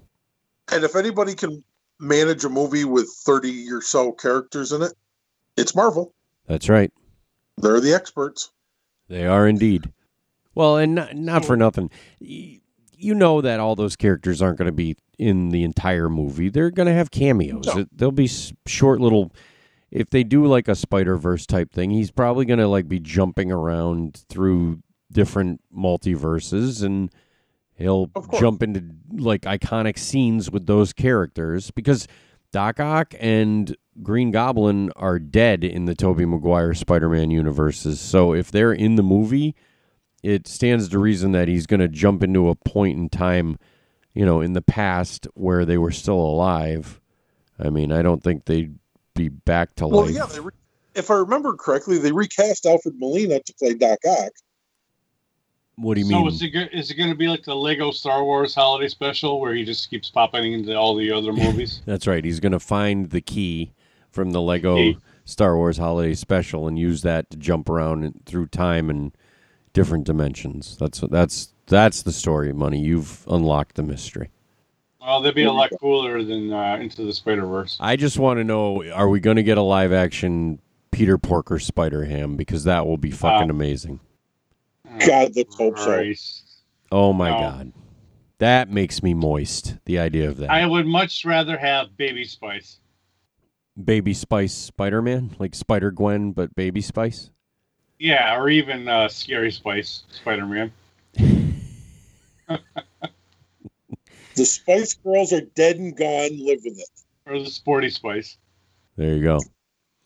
A: And if anybody can manage a movie with 30 or so characters in it, it's Marvel.
D: That's right.
A: They're the experts.
D: They are indeed. Well, and not, not for nothing. Y- You know that all those characters aren't going to be in the entire movie. They're going to have cameos.
A: No.
D: It- They'll be s- short little if they do like a Spider-Verse type thing, he's probably going to like be jumping around through different multiverses and he'll
A: Of course.
D: jump into like iconic scenes with those characters because Doc Ock and Green Goblin are dead in the Tobey Maguire Spider-Man universes. So if they're in the movie, it stands to reason that he's going to jump into a point in time, you know, in the past where they were still alive. I mean, I don't think they'd be back to
A: Well,
D: life.
A: yeah, they re- if I remember correctly, they recast Alfred Molina to play Doc Ock.
D: What do you
H: so
D: mean?
H: is it go- is it going to be like the Lego Star Wars holiday special where he just keeps popping into all the other movies?
D: That's right. He's going to find the key from the Lego
H: Key.
D: Star Wars Holiday Special and use that to jump around in- through time and different dimensions. That's that's that's the story, money. You've unlocked the mystery.
H: well, that'd be a lot cooler than uh, Into the Spider Verse.
D: I just want to know: Are we going to get a live action Peter Porker Spider Ham? Because that will be fucking amazing.
A: God, let's hope so.
D: Oh my
H: No.
D: god, that makes me moist. The idea of that
H: I would much rather have Baby Spice.
D: Baby Spice Spider Man, like Spider Gwen, but Baby Spice.
H: Yeah, or even uh, Scary Spice Spider Man.
A: The Spice Girls are dead and gone. Live with it.
H: Or the Sporty Spice.
D: There you go.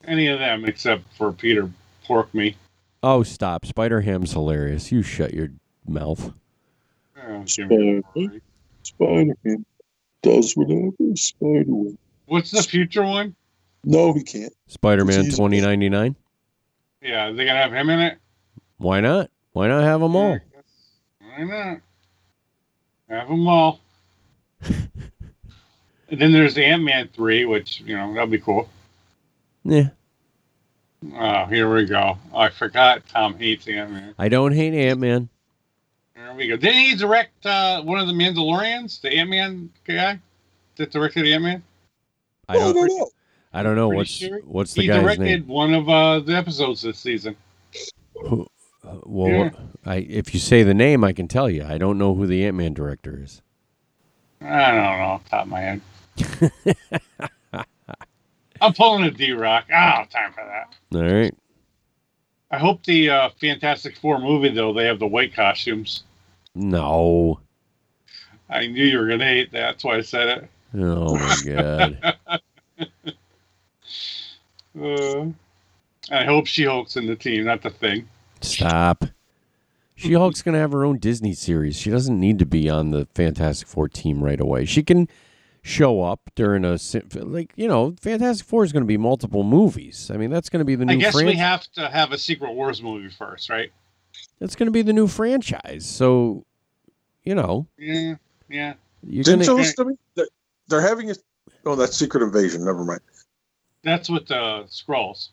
H: Any of them except for Peter Pork Me.
D: Oh, stop. Spider Ham's hilarious. You shut your mouth.
H: Oh, give me a break.
A: Spider Man does whatever Spider Man.
H: What's the future one?
A: No, he can't.
D: Spider Man
A: Jesus.
D: 2099.
H: Yeah, they're gonna have him in it.
D: Why not? Why not have them all?
H: Why not? Have them all. and then there's Ant Man three, which you know that'll be cool.
D: Yeah.
H: Oh, here we go. I forgot Tom hates Ant Man.
D: I don't hate Ant Man.
H: There we go. Didn't he direct uh, one of the Mandalorians, the Ant Man guy that directed Ant Man?
D: I
A: I
D: don't.
A: don't know.
D: I don't know
H: Pretty
D: what's
H: sure
D: what's the
H: He
D: guy's
H: directed
D: name.
H: one of uh, the episodes this season.
D: Who, uh, well,
H: Yeah.
D: I, if you say the name, I can tell you. I don't know who the Ant Man director is.
H: I don't know, off the top of my head. I'm pulling a D Rock. Ah, time for that.
D: All right.
H: I hope the uh, Fantastic Four movie though they have the white costumes.
D: No.
H: I knew you were gonna hate that. That's why I said it.
D: Oh my god.
H: Uh, I hope She Hulk's in the team, not the thing.
D: Stop. She Hulk's gonna have her own Disney series. She doesn't need to be on the Fantastic Four team right away. She can show up during a si- like you know Fantastic Four is gonna be multiple movies. I mean that's gonna be the new
H: I guess we
D: franchise.
H: have to have a Secret Wars movie first, right?
D: that's gonna be the new franchise. So you know
H: Yeah, yeah.
D: you're
A: Didn't you
D: gonna
A: listen to me? They're, they're having a. Oh, that's Secret Invasion. Never mind.
H: That's with the Skrulls.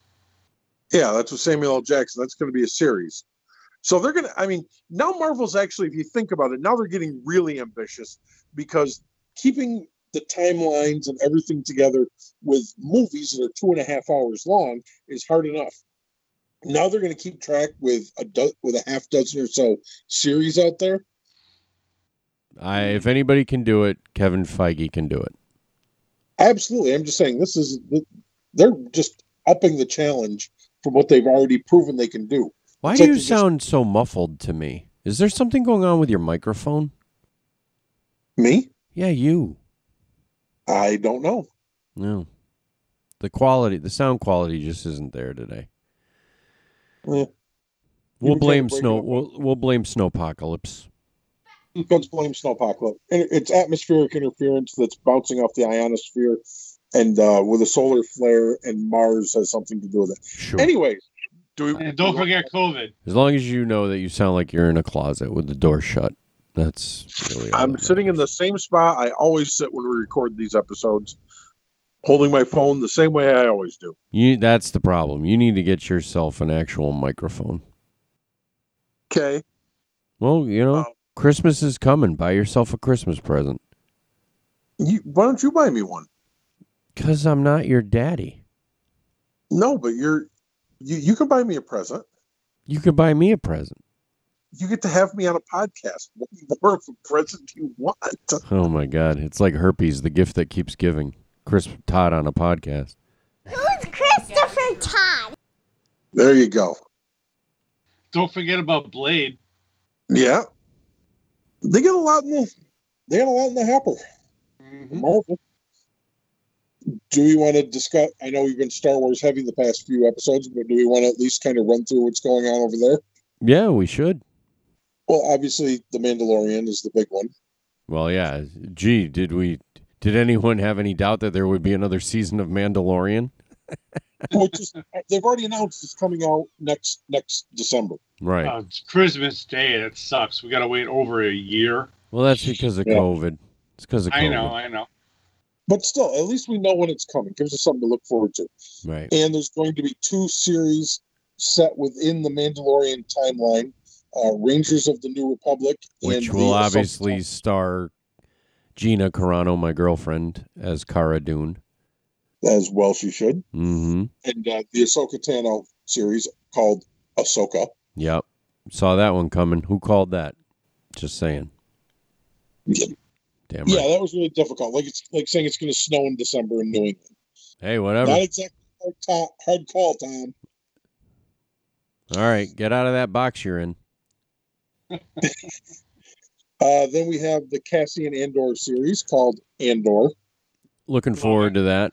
A: Yeah, that's what Samuel L. Jackson. That's going to be a series. So they're going to, I mean, now Marvel's actually, if you think about it, now they're getting really ambitious because keeping the timelines and everything together with movies that are two and a half hours long is hard enough. Now they're going to keep track with a do- with a half dozen or so series out there.
D: I if anybody can do it, Kevin Feige can do it.
A: Absolutely, I'm just saying this is they're just upping the challenge from what they've already proven they can do.
D: Why
A: It's
D: do
A: like
D: you
A: they just-
D: sound so muffled to me? Is there something going on with your microphone?
A: Me,
D: Yeah, you.
A: I don't know.
D: No. The quality, the sound quality just isn't there today.
A: Yeah.
D: We'll
A: can
D: blame
A: take a break
D: snow
A: if you
D: we'll, we'll blame snowpocalypse.
A: Let's blame snowpocalypse. And it's atmospheric interference that's bouncing off the ionosphere, and uh, with a solar flare, and Mars has something to do with it.
D: Sure.
A: Anyways, do we?
H: And don't forget COVID.
D: as long as you know that you sound like you're in a closet with the door shut. That's really all
A: I'm
D: that
A: sitting in the
D: matters.
A: same spot I always sit when we record these episodes, holding my phone the same way I always do.
D: You that's the problem. You need to get yourself an actual microphone.
A: Okay.
D: Well, you know,
A: Um,
D: Christmas is coming. Buy yourself a Christmas present.
A: You, why don't you buy me one?
D: Cuz I'm not your daddy.
A: No, but you're you, you can buy me a present.
D: You could buy me a present.
A: You get to have me on a podcast. What more of a present do you want?
D: Oh my god, it's like herpes, the gift that keeps giving. Chris Todd on a podcast.
E: Who's Christopher Todd?
A: There you go.
H: Don't forget about Blade.
A: Yeah. They get a lot in the they get a lot in the hopper.
H: Mhm.
A: Marvel. do we want to discuss? I know we've been Star Wars heavy the past few episodes, but do we want to at least kind of run through what's going on over there?
D: Yeah, we should.
A: Well, obviously, The Mandalorian is the big one.
D: Well, yeah. Gee, did we? Did anyone have any doubt that there would be another season of Mandalorian?
A: well, just, they've already announced it's coming out next next December.
D: Right.
H: Uh, it's Christmas Day. That sucks. We got to wait over a year.
D: Well, that's because of
A: Yeah.
D: COVID. It's because of COVID.
H: I know. I know.
A: But still, at least we know when it's coming. Gives us something to look forward to.
D: Right.
A: And there's going to be two series set within the Mandalorian timeline: uh, Rangers of the New Republic,
D: Which
A: and
D: will
A: the
D: obviously star Gina Carano, my girlfriend, as Cara Dune.
A: as well she should,
D: Mm-hmm.
A: and uh, the Ahsoka Tano series called Ahsoka.
D: Yep. Saw that one coming. Who called that? Just saying.
A: Yeah.
D: Damn right.
A: Yeah, that was really difficult. Like it's like saying it's going to snow in December in New England.
D: Hey, whatever.
A: Not exactly hard, to- hard call, Tom.
D: All right, get out of that box you're in.
A: Uh, then we have the Cassian Andor series called Andor.
D: Looking forward to that.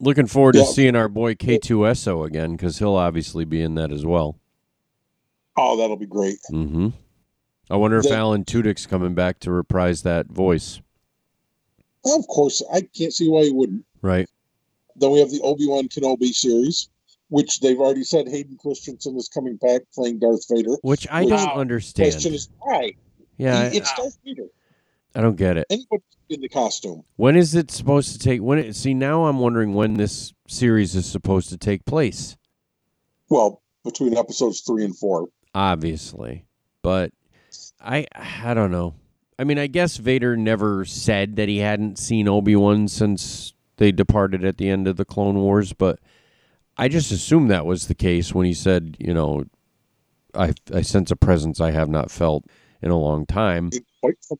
D: Looking forward to
A: Yeah.
D: seeing our boy K2SO again because he'll obviously be in that as well.
A: Oh, that'll be great.
D: Mm-hmm. I wonder if
A: The-
D: Alan Tudyk's coming back to reprise that voice.
A: Of course, I can't see why you wouldn't.
D: Right.
A: Then we have the Obi Wan Kenobi series, which they've already said Hayden Christensen is coming back playing Darth Vader.
D: Which I
A: Which-
D: don't
A: Question
D: understand.
A: is why?
D: Yeah,
A: He- it's Darth Vader.
D: I, I don't get it.
A: Anybody in the costume?
D: When is it supposed to take when it, see now I'm wondering when this series is supposed to take place.
A: Well, between episodes three and four.
D: obviously. But I I don't know. I mean, I guess Vader never said that he hadn't seen Obi-Wan since they departed at the end of the Clone Wars, but I just assumed that was the case when he said, you know, I I sense a presence I have not felt in a long time.
A: It- quite some-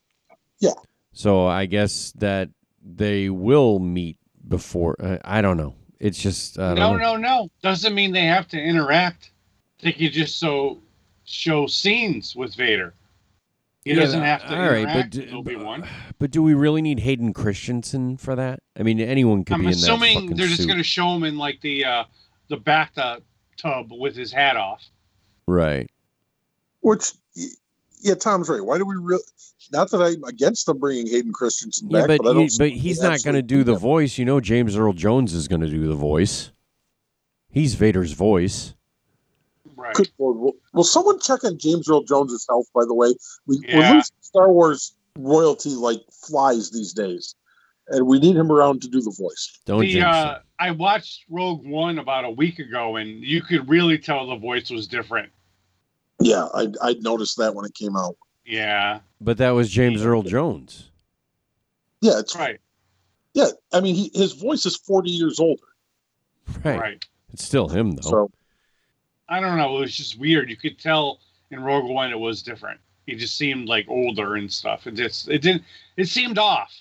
D: So I guess that they will meet before I, I don't know. It's just I don't
H: No,
D: know.
H: no, no. Doesn't mean they have to interact. They could just so show scenes with Vader. He
D: Yeah,
H: doesn't have to
D: all right,
H: interact
D: but- uh,
H: with Obi-Wan.
D: But do we really need Hayden Christensen for that? I mean, anyone could
H: I'm
D: be in that
H: assuming
D: fucking
H: they're just
D: suit.
H: going to show him in like the uh, the bathtub tub with his hat off.
D: Right.
A: Which, y- yeah, Tom's right. Why do we really? Not that I'm against them bringing Hayden Christensen
D: Yeah,
A: back,
D: but
A: but, I don't.
D: you-
A: see
D: but
A: why
D: he's
A: they
D: not going to
A: absolutely
D: do the
A: that.
D: voice. You know, James Earl Jones is going to do the voice. He's Vader's voice.
H: Right.
A: Good Lord. Will, will someone check on James Earl Jones's health, by the way? We, We're
H: Yeah.
A: losing Star Wars royalty like flies these days, and we need him around to do the voice.
D: Don't
H: the,
D: jinx
H: uh,
D: it.
H: I watched Rogue One about a week ago, and you could really tell the voice was different.
A: Yeah, I, I noticed that when it came out.
H: Yeah,
D: But that was James
H: uh,
D: Earl Jones.
A: Yeah, it's
H: right,
A: Yeah, I mean, he, his voice is 40 years older.
D: Right.
H: right.
D: It's still him though.
A: So,
H: I don't know. It was just weird. You could tell in Rogue One it was different. He just seemed like older and stuff. It just it didn't. It seemed off.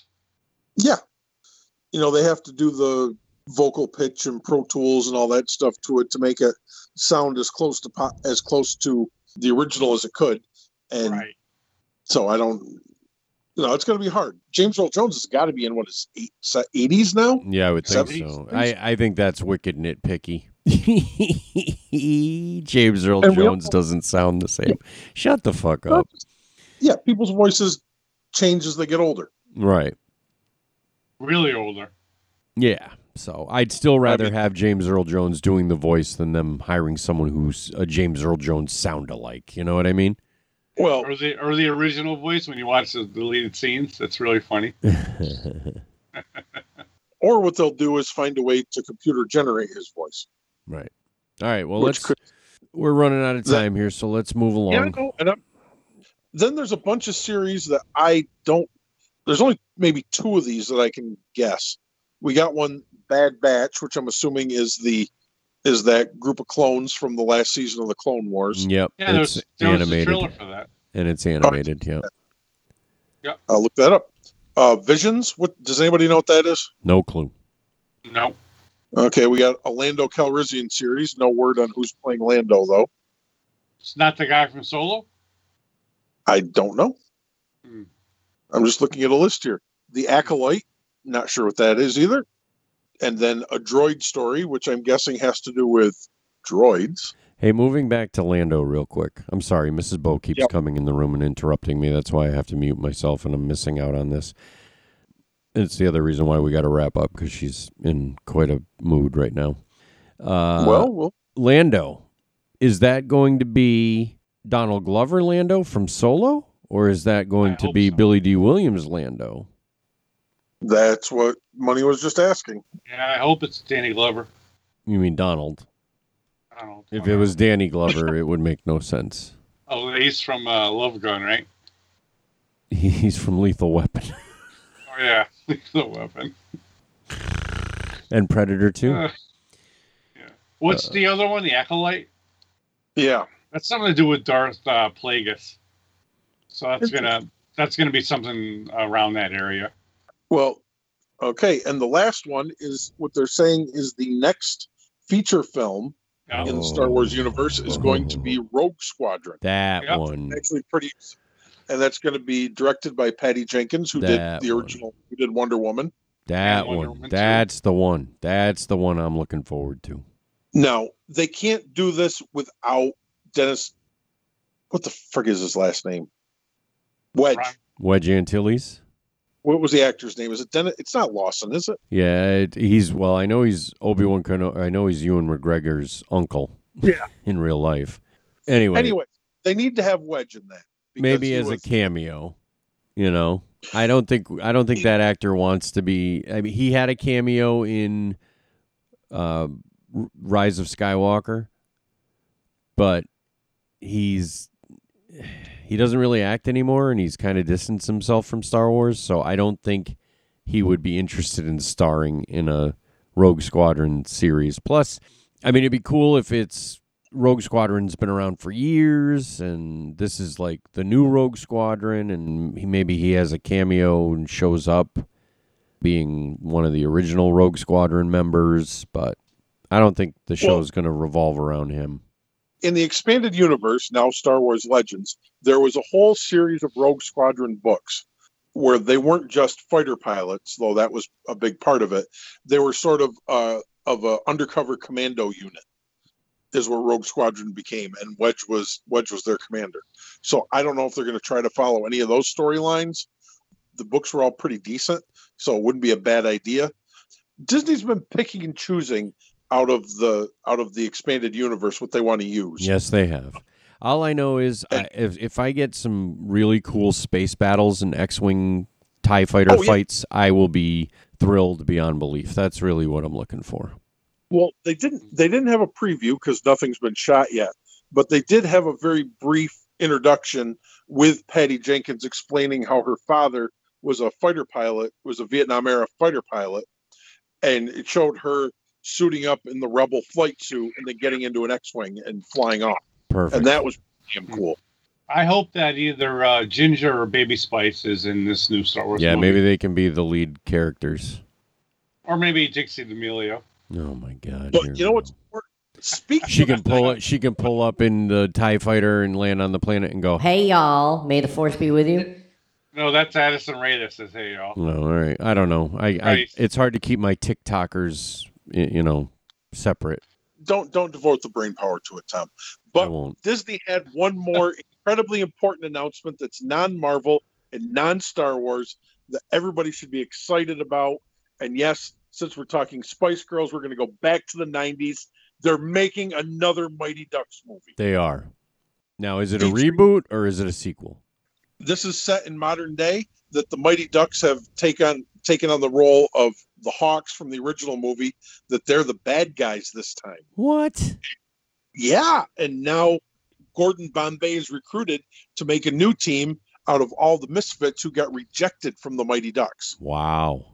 A: yeah. You know, they have to do the vocal pitch and Pro Tools and all that stuff to it to make it sound as close to po- as close to the original as it could. And
H: right.
A: so I don't, you know, it's going to be hard. James Earl Jones has got to be in what is eight, se- 80s now?
D: Yeah, I would think
H: Seventies,
D: so.
A: things?
D: I, I think that's wicked nitpicky. James Earl
A: And we
D: Jones
A: also-
D: doesn't sound the same. Shut the fuck up.
A: Yeah, people's voices change as they get older.
D: Right.
H: Really older.
D: Yeah. So I'd still rather
A: mean-
D: have James Earl Jones doing the voice than them hiring someone who's a James Earl Jones sound alike. You know what I mean?
A: Well,
H: Or the or the original voice when you watch the deleted scenes. That's really funny.
A: or what they'll do is find a way to computer generate his voice.
D: Right. All right. Well,
A: Which
D: let's.
A: could-
D: we're running out of
A: That-
D: time here, so let's move
A: Yeah, I
D: along.
A: know, and I'm- then there's a bunch of series that I don't. There's only maybe two of these that I can guess. We got one Bad Batch, which I'm assuming is the is that group of clones from the last season of the Clone Wars.
D: Yep.
H: Yeah, there
D: it's
H: was, there was a
D: animated,
H: trailer for that.
D: and it's animated. Yeah.
A: I'll look that up. Uh, Visions. What does anybody know what that is?
D: No clue.
H: No.
A: Okay, we got a Lando Calrissian series. No word on who's playing Lando though.
H: It's not the guy from Solo.
A: I don't know.
H: Hmm.
A: I'm just looking at a list here. The Acolyte, Not sure what that is either. And then a droid story, which I'm guessing has to do with droids.
D: Hey, moving back to Lando real quick. I'm sorry, Mrs. Bo keeps
A: Yep.
D: coming in the room and interrupting me. That's why I have to mute myself and I'm missing out on this. It's the other reason why we got to wrap up because she's in quite a mood right now. Uh,
A: well, well,
D: Lando, is that going to be Donald Glover Lando from Solo? Or is that going to
H: hope
D: be
H: so.
D: Billy D. Williams Lando?
A: that's what Money was just asking.
H: And I hope it's Danny Glover.
D: You mean Donald?
H: I don't know.
D: If it was Danny Glover, it would make no sense.
H: Oh, he's from uh, Love Gun, right?
D: He's from Lethal Weapon
H: Oh yeah, the weapon.
D: and Predator 2.
H: Uh, yeah.
D: Uh,
H: What's the other one? The acolyte.
A: Yeah.
H: That's something to do with Darth uh, Plagueis. So that's gonna that's gonna be something around that area.
A: Well, okay. And the last one is what they're saying is the next feature film
H: Yeah.
A: in the Star Wars
D: Oh.
A: universe is going to be Rogue Squadron.
D: That
H: Yep.
D: one.
A: Actually, pretty. And that's going to be directed by Patty Jenkins, who
D: That
A: did the
D: one.
A: original, who did Wonder Woman.
D: That
H: And Wonder
D: one.
H: Woman too.
D: That's the one. That's the one I'm looking forward to.
A: Now they can't do this without Dennis. What the frick is his last name? Wedge.
H: Right.
D: Wedge Antilles?
A: What was the actor's name? Is it Dennis? It's not Lawson, is it?
D: Yeah, it, he's well. I know he's Obi Wan Kenobi. I know he's Ewan McGregor's uncle.
A: Yeah.
D: in real life. Anyway,
A: Anyway, they need to have Wedge in that. because
D: maybe
A: he
D: as
A: was-
D: a cameo. You know, I don't think I don't think that actor wants to be. I mean, he had a cameo in uh, R- Rise of Skywalker, but he's he doesn't really act anymore, and he's kind of distanced himself from Star Wars. So I don't think he would be interested in starring in a Rogue Squadron series. Plus, I mean, it'd be cool if it's Rogue Squadron's been around for years, and this is like the new Rogue Squadron, and he, maybe he has a cameo and shows up being one of the original Rogue Squadron members, but I don't think the show's going to revolve around him.
A: in the expanded universe, now Star Wars Legends, there was a whole series of Rogue Squadron books where they weren't just fighter pilots, though that was a big part of it. They were sort of uh, of a undercover commando unit, is what Rogue Squadron became, and Wedge was Wedge was their commander. So I don't know if they're going to try to follow any of those storylines. The books were all pretty decent, so it wouldn't be a bad idea. Disney's been picking and choosing out of the out of the expanded universe what they want to use.
D: Yes, they have. All I know is I, if if I get some really cool space battles and X-wing Tie fighter
A: Oh, yeah.
D: fights, I will be thrilled beyond belief. That's really what I'm looking for.
A: Well, they
D: Mm-hmm.
A: didn't they didn't have a preview because nothing's been shot yet, but they did have a very brief introduction with Patty Jenkins explaining how her father was a fighter pilot, was a Vietnam era fighter pilot, and it showed her suiting up in the rebel flight suit and then getting into an X-wing and flying off,
D: Perfect.
A: and that was damn cool.
H: I hope that either uh, Ginger or Baby Spice is in this new Star Wars.
D: yeah,
H: movie.
D: maybe they can be the lead characters.
H: or maybe Dixie D'Amelio.
D: Oh my god! here
A: But you know
D: we
A: what's
D: go.
A: important? Speaking
D: She can pull it. She can pull up in the Tie Fighter and land on the planet and go.
K: Hey, y'all. May the force be with you.
H: No, that's Addison Rae that says, "Hey y'all."
D: No, all right. I don't know. I, I
H: Right.
D: it's hard to keep my TikTokers, y- you know, separate.
A: don't don't devote the brain power to it, Tom.
D: I
A: But
D: won't.
A: Disney had one more incredibly important announcement that's non Marvel and non Star Wars that everybody should be excited about. And yes, since we're talking Spice Girls, we're going to go back to the 90s. They're making another Mighty Ducks movie.
D: They are. Now, is it a
A: Featuring-
D: reboot or is it a sequel?
A: This is set in modern day that the Mighty Ducks have taken taken on the role of the Hawks from the original movie that they're the bad guys this time.
D: What?
A: Yeah, and now Gordon Bombay is recruited to make a new team out of all the misfits who got rejected from the Mighty Ducks.
D: Wow.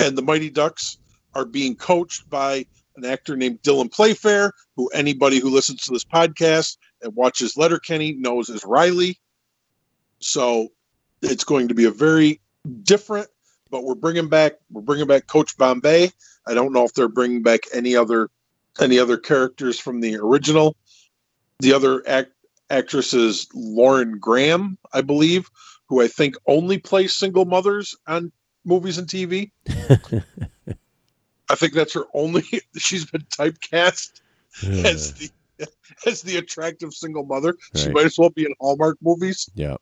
A: And the Mighty Ducks are being coached by an actor named Dylan Playfair, who anybody who listens to this podcast and watches Letterkenny knows as Riley. So it's going to be a very different, but we're bringing back we're bringing back Coach Bombay. I don't know if they're bringing back any other any other characters from the original. The other act, actress is Lauren Graham, I believe, who I think only plays single mothers on movies and TV. I think that's her only. She's been typecast as the as the attractive single mother. She
D: Right.
A: might as well be in Hallmark movies.
D: Yeah.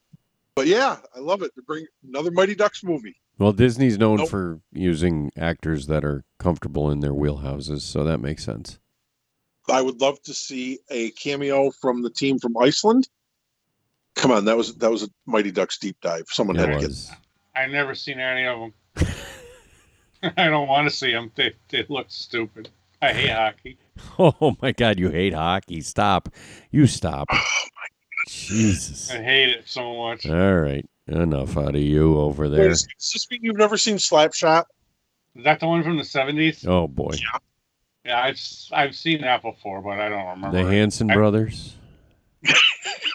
A: But yeah, I love it. To bring another Mighty Ducks movie.
D: Well, Disney's known
A: Nope.
D: for using actors that are comfortable in their wheelhouses, so that makes sense.
A: I would love to see a cameo from the team from Iceland. Come on, that was that was a Mighty Ducks deep dive. Someone
D: It
A: had to get
D: was.
H: I've never seen any of them. I don't want to see them. They, they look stupid. I hate hockey.
D: Oh my God, you hate hockey. Stop. You stop. Jesus.
H: I hate it so much.
D: All right. Enough out of you over
A: Wait,
D: there.
A: does this mean you've never seen Slapshot?
H: Is that the one from the seventies?
D: Oh boy.
H: Yeah, I've s- I've seen that before, but I don't remember.
D: The
H: it.
D: Hanson
H: I-
D: brothers.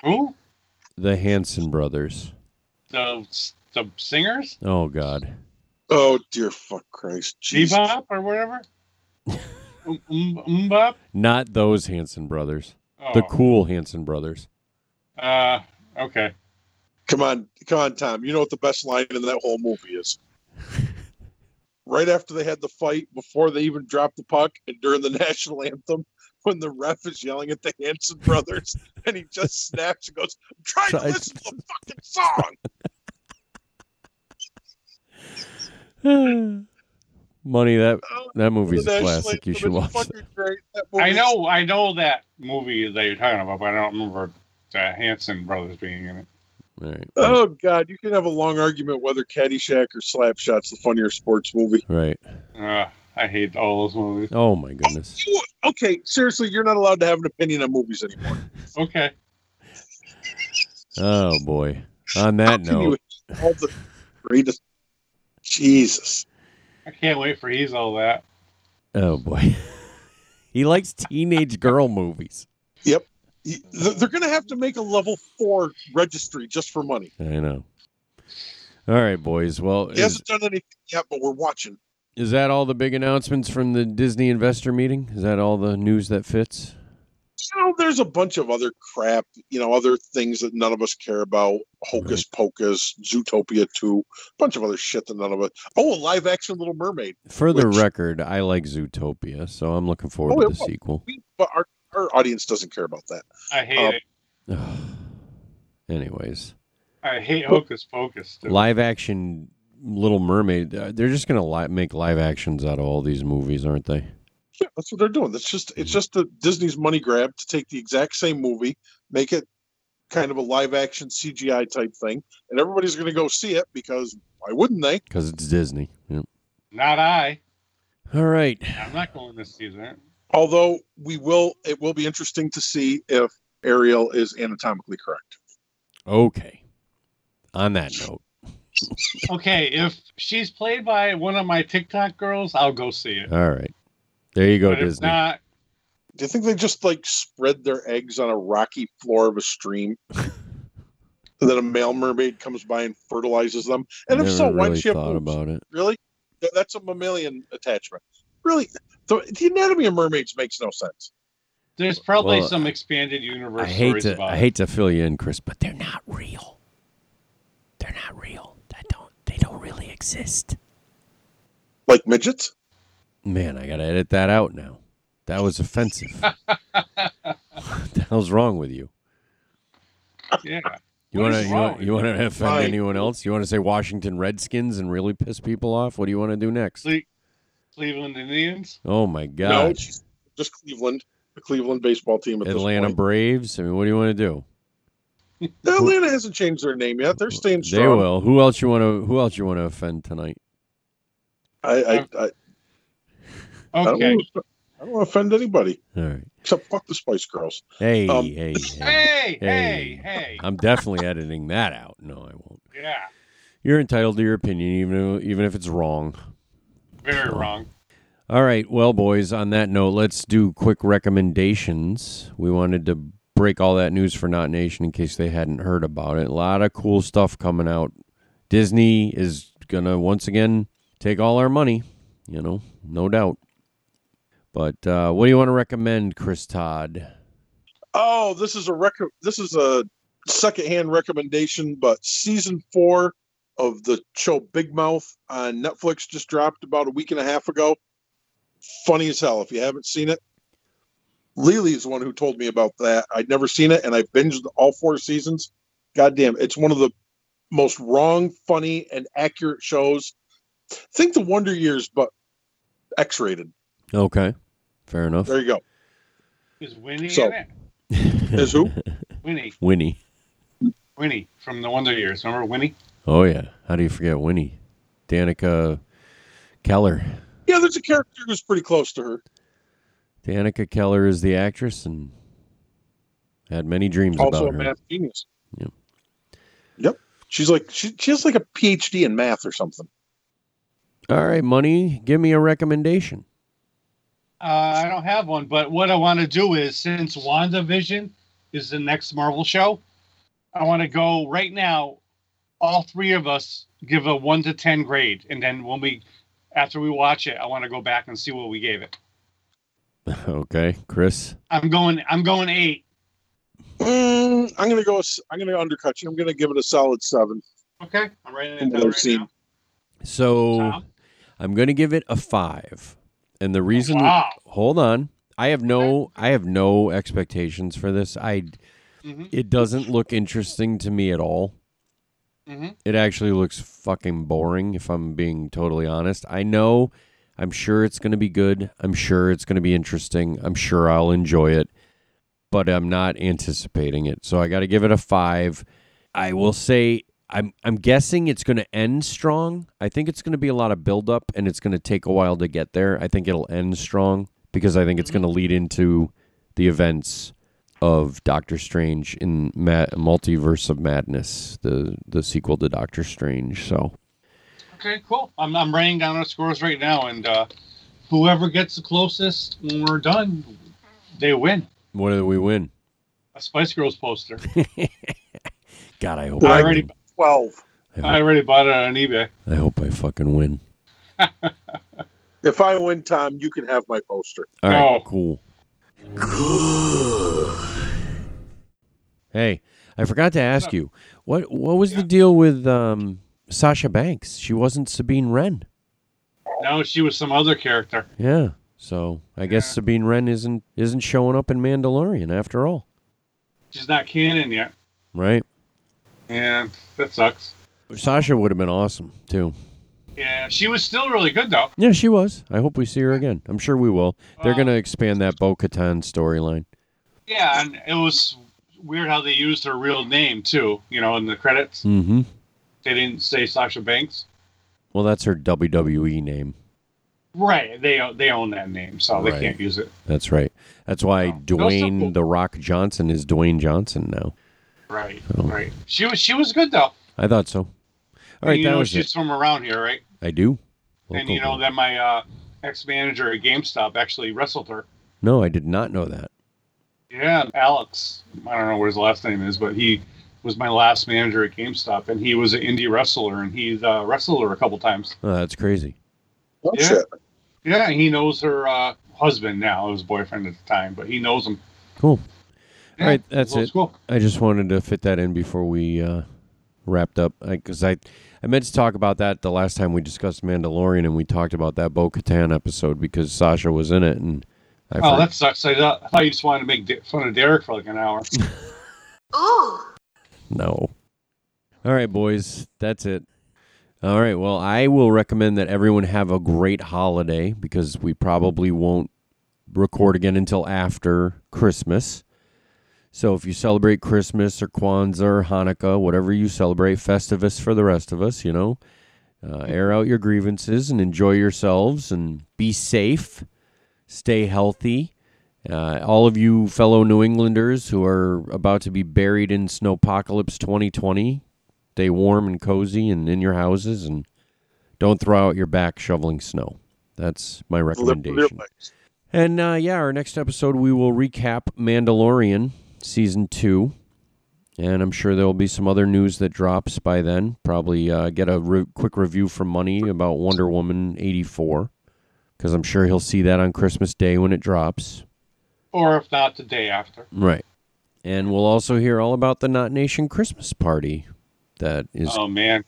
H: Who?
D: The Hanson brothers.
H: The the singers?
D: Oh God.
A: Oh dear fuck Christ. Jesus.
H: Bebop or whatever. Um, um, um, bop?
D: Not those Hanson brothers. The
H: Oh.
D: cool Hanson brothers.
H: Uh, okay.
A: Come on, come on, Tom. You know what the best line in that whole movie is. right after they had the fight, before they even dropped the puck, and during the national anthem, when the ref is yelling at the Hanson brothers, and he just snaps and goes, "I'm trying to
D: Try-
A: listen to the fucking song."
D: Money that that movie's
A: The
D: a
A: Oh, national
D: classic. You
A: anthem
D: should
A: is
D: watch it.
A: fucking great. That
H: I
A: movie's-
H: know I know that movie that you're talking about, but I don't remember the Hanson brothers being in it.
D: All right.
A: Oh God, you can have a long argument whether Caddyshack or Slapshot's the funnier sports movie.
D: Right.
H: Uh, I hate all those movies.
D: Oh my goodness.
A: You- okay, seriously, you're not allowed to have an opinion on movies anymore.
H: Okay.
D: Oh boy. On that
A: How can you
D: note,
A: hate all the greatest. Jesus.
H: I can't wait for he's all that.
D: oh boy. he likes teenage girl movies.
A: Th- They're going to have to make a level four registry just for money.
D: I know. All right, boys. Well,
A: He
D: is,
A: hasn't done anything yet, but we're watching.
D: is that all the big announcements from the Disney investor meeting? Is that all the news that fits?
A: You know, there's a bunch of other crap, you know, other things that none of us care about. Hocus Pocus, Zootopia 2, a bunch of other shit that none of us. Oh, a live action Little Mermaid.
D: For the
A: Which-
D: record, I like Zootopia, so I'm looking forward
A: Oh,
D: to
A: it
D: the
A: will.
D: sequel.
A: We, but our, our audience doesn't care about that.
H: I hate
A: Um,
H: it.
D: Anyways,
H: I hate Hocus Pocus. Dude.
D: live action Little Mermaid. uh, They're just gonna li- make live actions out of all these movies, aren't they?
A: Yeah, that's what they're doing. That's just
D: Mm-hmm.
A: it's just a Disney's money grab to take the exact same movie, make it kind of a live action CGI type thing, and everybody's going to go see it because why wouldn't they?
D: Because it's Disney. Yep.
H: Not I.
D: All right.
H: I'm not going to see that.
A: Although we will, it will be interesting to see if Ariel is anatomically correct.
D: Okay. On that note,
H: Okay, if she's played by one of my TikTok girls, I'll go see it.
D: all right. There you go,
H: but if
D: Disney.
H: not,
A: Do you think they just like spread their eggs on a rocky floor of a stream? And then a male mermaid comes by and fertilizes them. And
D: Never
A: if so, why
D: really
A: does she have
D: thought
A: boobs?
D: about it.
A: Really? Th- That's a mammalian attachment. Really? The, the anatomy of mermaids makes no sense.
H: there's probably
D: Well,
H: some expanded universe
D: I hate
H: stories
D: to
H: about
D: I
H: it.
D: hate to fill you in, Chris, but they're not real. They're not real. I don't they don't really exist.
A: Like midgets?
D: Man, I gotta edit that out now. That was offensive. what the hell's wrong with you?
H: Yeah.
D: You
H: What
D: wanna
H: is
D: you
H: wrong
D: wanna,
H: with
D: you wanna offend
A: Right.
D: anyone else? You wanna say Washington Redskins and really piss people off? What do you wanna do next?
H: Cle- Cleveland Indians?
D: Oh my
A: No,
D: god.
A: it's just, just Cleveland, the Cleveland baseball team at
D: Atlanta
A: this point.
D: Braves? I mean, what do you wanna do?
A: Atlanta hasn't changed their name yet. They're staying strong.
D: They will. Who else you wanna who else you wanna offend tonight?
A: I, I, I, I don't
H: Okay.
A: want to, I don't want to offend anybody
D: All right.
A: except fuck the Spice Girls.
D: Hey,
A: Um,
D: hey, hey.
H: Hey, hey,
D: Hey.
H: hey.
D: I'm definitely editing that out. No, I won't.
H: Yeah.
D: You're entitled to your opinion, even even if it's wrong.
H: Very wrong.
D: All right, well, boys. On that note, let's do quick recommendations. We wanted to break all that news for Not Nation in case they hadn't heard about it. A lot of cool stuff coming out. Disney is gonna once again take all our money. You know, no doubt. But uh, what do you want to recommend, Chris Todd?
A: Oh, this is a record. This is a secondhand recommendation, but season four of the show Big Mouth on Netflix just dropped about a week and a half ago. Funny as hell. If you haven't seen it, Lily is the one who told me about that. I'd never seen it, and I binged all four seasons. Goddamn, it's one of the most wrong, funny, and accurate shows. Think the Wonder Years, but X-rated.
D: Okay. Fair enough.
A: There you go.
H: Is Winnie
A: So-
H: in it?
A: Is who?
H: Winnie.
D: Winnie.
H: Winnie from the Wonder Years. Remember Winnie?
D: Oh yeah. How do you forget Winnie? Danica Keller.
A: Yeah, there's a character who's pretty close to her.
D: Danica Keller is the actress and had many dreams
A: Also a
D: about her.
A: math genius.
D: Yep.
A: Yep. She's like she, she has like a PhD in math or something.
D: All right, money. Give me a recommendation.
H: Uh, I don't have one, but what I want to do is since WandaVision is the next Marvel show, I want to go right now. All three of us give a one to ten grade, and then when we, after we watch it, I want to go back and see what we gave it.
D: okay, Chris.
H: I'm going. I'm going eight.
A: Mm, I'm gonna go. s- I'm gonna undercut you. I'm gonna give it a solid seven.
H: Okay, I'm writing
A: from
H: it
A: what
H: down
A: I've
H: right
A: seen.
H: now.
D: So
H: Tom?
D: I'm going to give it a 5. And the reason
H: Oh, Wow.
D: Hold on. I have no I have no expectations for this. I
H: Mhm.
D: it doesn't look interesting to me at all.
H: Mhm.
D: It actually looks fucking boring if I'm being totally honest. I know I'm sure it's going to be good. I'm sure it's going to be interesting. I'm sure I'll enjoy it. But I'm not anticipating it. So I got to give it a 5. I will say I'm I'm guessing it's going to end strong. I think it's going to be a lot of build up and it's going to take a while to get there. I think it'll end strong because I think it's going to lead into the events of Doctor Strange in Ma- Multiverse of Madness, the the sequel to Doctor Strange. So
H: Okay, cool. I'm I'm writing down our scores right now, and uh, whoever gets the closest when we're done, they win
D: what do we win?
H: a Spice Girls poster.
D: God, I hope
H: I
D: I,
H: already
D: win.
A: Twelve.
H: I already bought it on eBay.
D: I hope I fucking win.
A: If I win, Tom, you can have my poster.
D: All right,
H: No.
D: cool. Hey, I forgot to ask you what what was the deal with um, Sasha Banks? She wasn't Sabine Wren.
H: No, she was some other character.
D: Yeah, so I guess Sabine Wren isn't isn't showing up in Mandalorian after all,
H: She's not canon yet.
D: right?
H: Yeah, that sucks.
D: Sasha would have been awesome too.
H: Yeah, she was still really good though.
D: Yeah, she was. I hope we see her again. I'm sure we will. They're
H: Uh,
D: gonna expand that Bo Katan storyline.
H: Yeah, and it was weird how they used her real name too. You know, in the credits,
D: Mm-hmm.
H: they didn't say Sasha Banks.
D: Well, that's her WWE name.
H: Right, they they own that name, so they
D: Right.
H: can't use it.
D: That's right. That's why Dwayne
H: cool.
D: the Rock Johnson is Dwayne Johnson now.
H: Right,
D: Oh.
H: right. She was she was good though.
D: I thought so. All right,
H: you
D: that
H: know
D: was
H: she's
D: it.
H: from around here, right?
D: I do. Oh,
H: and
D: Local
H: you know
D: boy.
H: that my uh, ex manager at GameStop actually wrestled her.
D: No, I did not know that.
H: Yeah, Alex. I don't know what his last name is, but he was my last manager at GameStop, and he was an indie wrestler, and he's uh, wrestled her a couple times.
D: Oh, that's crazy.
A: Oh,
H: Yeah.
A: shit.
H: Yeah, and he knows her uh, husband now, his boyfriend at the time, but he knows him.
D: Cool.
H: Yeah,
D: All right, that's
H: old
D: it.
H: School.
D: I just wanted to fit that in before we uh, wrapped up because I, I meant to talk about that the last time we discussed Mandalorian and we talked about that Bo Katan episode because Sasha was in it and I
H: Oh,
D: forgot-
H: that sucks. I thought, I thought you just wanted to make di- fun of Derek for like an hour.
D: No. All right, boys. That's it. All right. Well, I will recommend that everyone have a great holiday because we probably won't record again until after Christmas. So if you celebrate Christmas or Kwanzaa or Hanukkah, whatever you celebrate, Festivus for the rest of us, you know, uh, air out your grievances and enjoy yourselves and be safe, stay healthy. Uh, all of you fellow New Englanders who are about to be buried in Snowpocalypse 2020, stay warm and cozy and in your houses and don't throw out your back shoveling snow. That's my
A: Live for your
D: recommendation.
A: lives.
D: And uh, yeah, our next episode we will recap Mandalorian season two, and I'm sure there will be some other news that drops by then. Probably uh, get a re- quick review from Money about Wonder Woman '84, because I'm sure he'll see that on Christmas Day when it drops.
H: or if not, the day after.
D: Right. And we'll also hear all about the Not Nation Christmas party that is
H: Oh, man.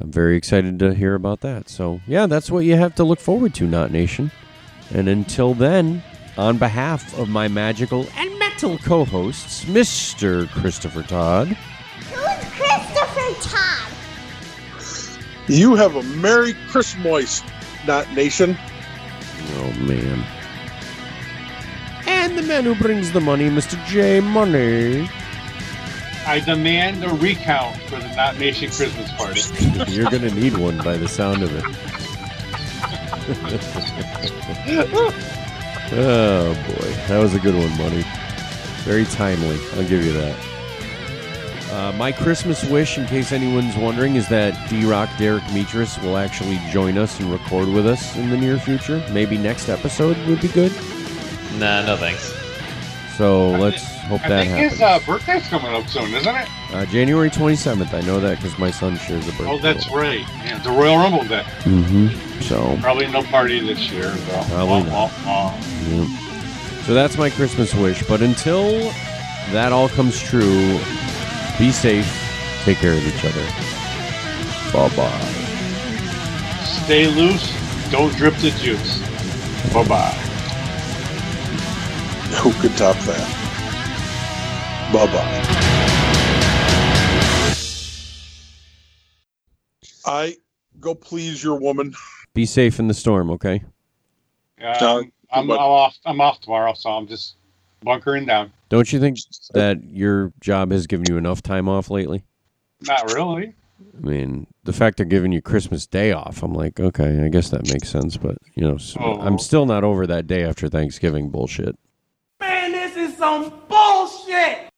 D: I'm very excited to hear about that. So, yeah, that's what you have to look forward to, Not Nation. And until then, on behalf of my magical and metal co hosts, Mr. Christopher Todd.
E: Who's Christopher Todd?
A: You have a Merry Christmas, Not Nation.
D: Oh, man. And the man who brings the money, Mr. J Money.
H: I demand a recount for the Not Nation Christmas party.
D: You're going to need one by the sound of it. oh, boy. That was a good one, Money. Very timely. I'll give you that. Uh, my Christmas wish, in case anyone's wondering, is that D Rock Derek Metris will actually join us and record with us in the near future. Maybe next episode would be good.
L: Nah, no thanks.
D: So let's hope
H: I
D: that
H: think
D: happens.
H: his uh, birthday's coming up soon, isn't it?
D: Uh, January 27th. I know that because my son shares a birthday.
H: Oh, that's right. Yeah, the Royal Rumble day.
D: Mm-hmm. So,
H: Probably no party this year. Oh, Though.
D: Probably
H: not.
D: yeah. so that's my Christmas wish. But until that all comes true, be safe. Take care of each other. Bye bye.
H: oh. Stay loose. Don't drip the juice. Bye bye.
A: Who could top that? Bye bye. I go please your woman.
D: Be safe in the storm, okay?
H: Um, I'm, I'm off. I'm off tomorrow, so I'm just bunkering down.
D: Don't you think that your job has given you enough time off lately?
H: Not really.
D: I mean, the fact they're giving you Christmas Day off, I'm like, okay, I guess that makes sense. But you know, s
H: Oh.
D: I'm still not over that day after Thanksgiving bullshit.
G: Man, this is some bullshit!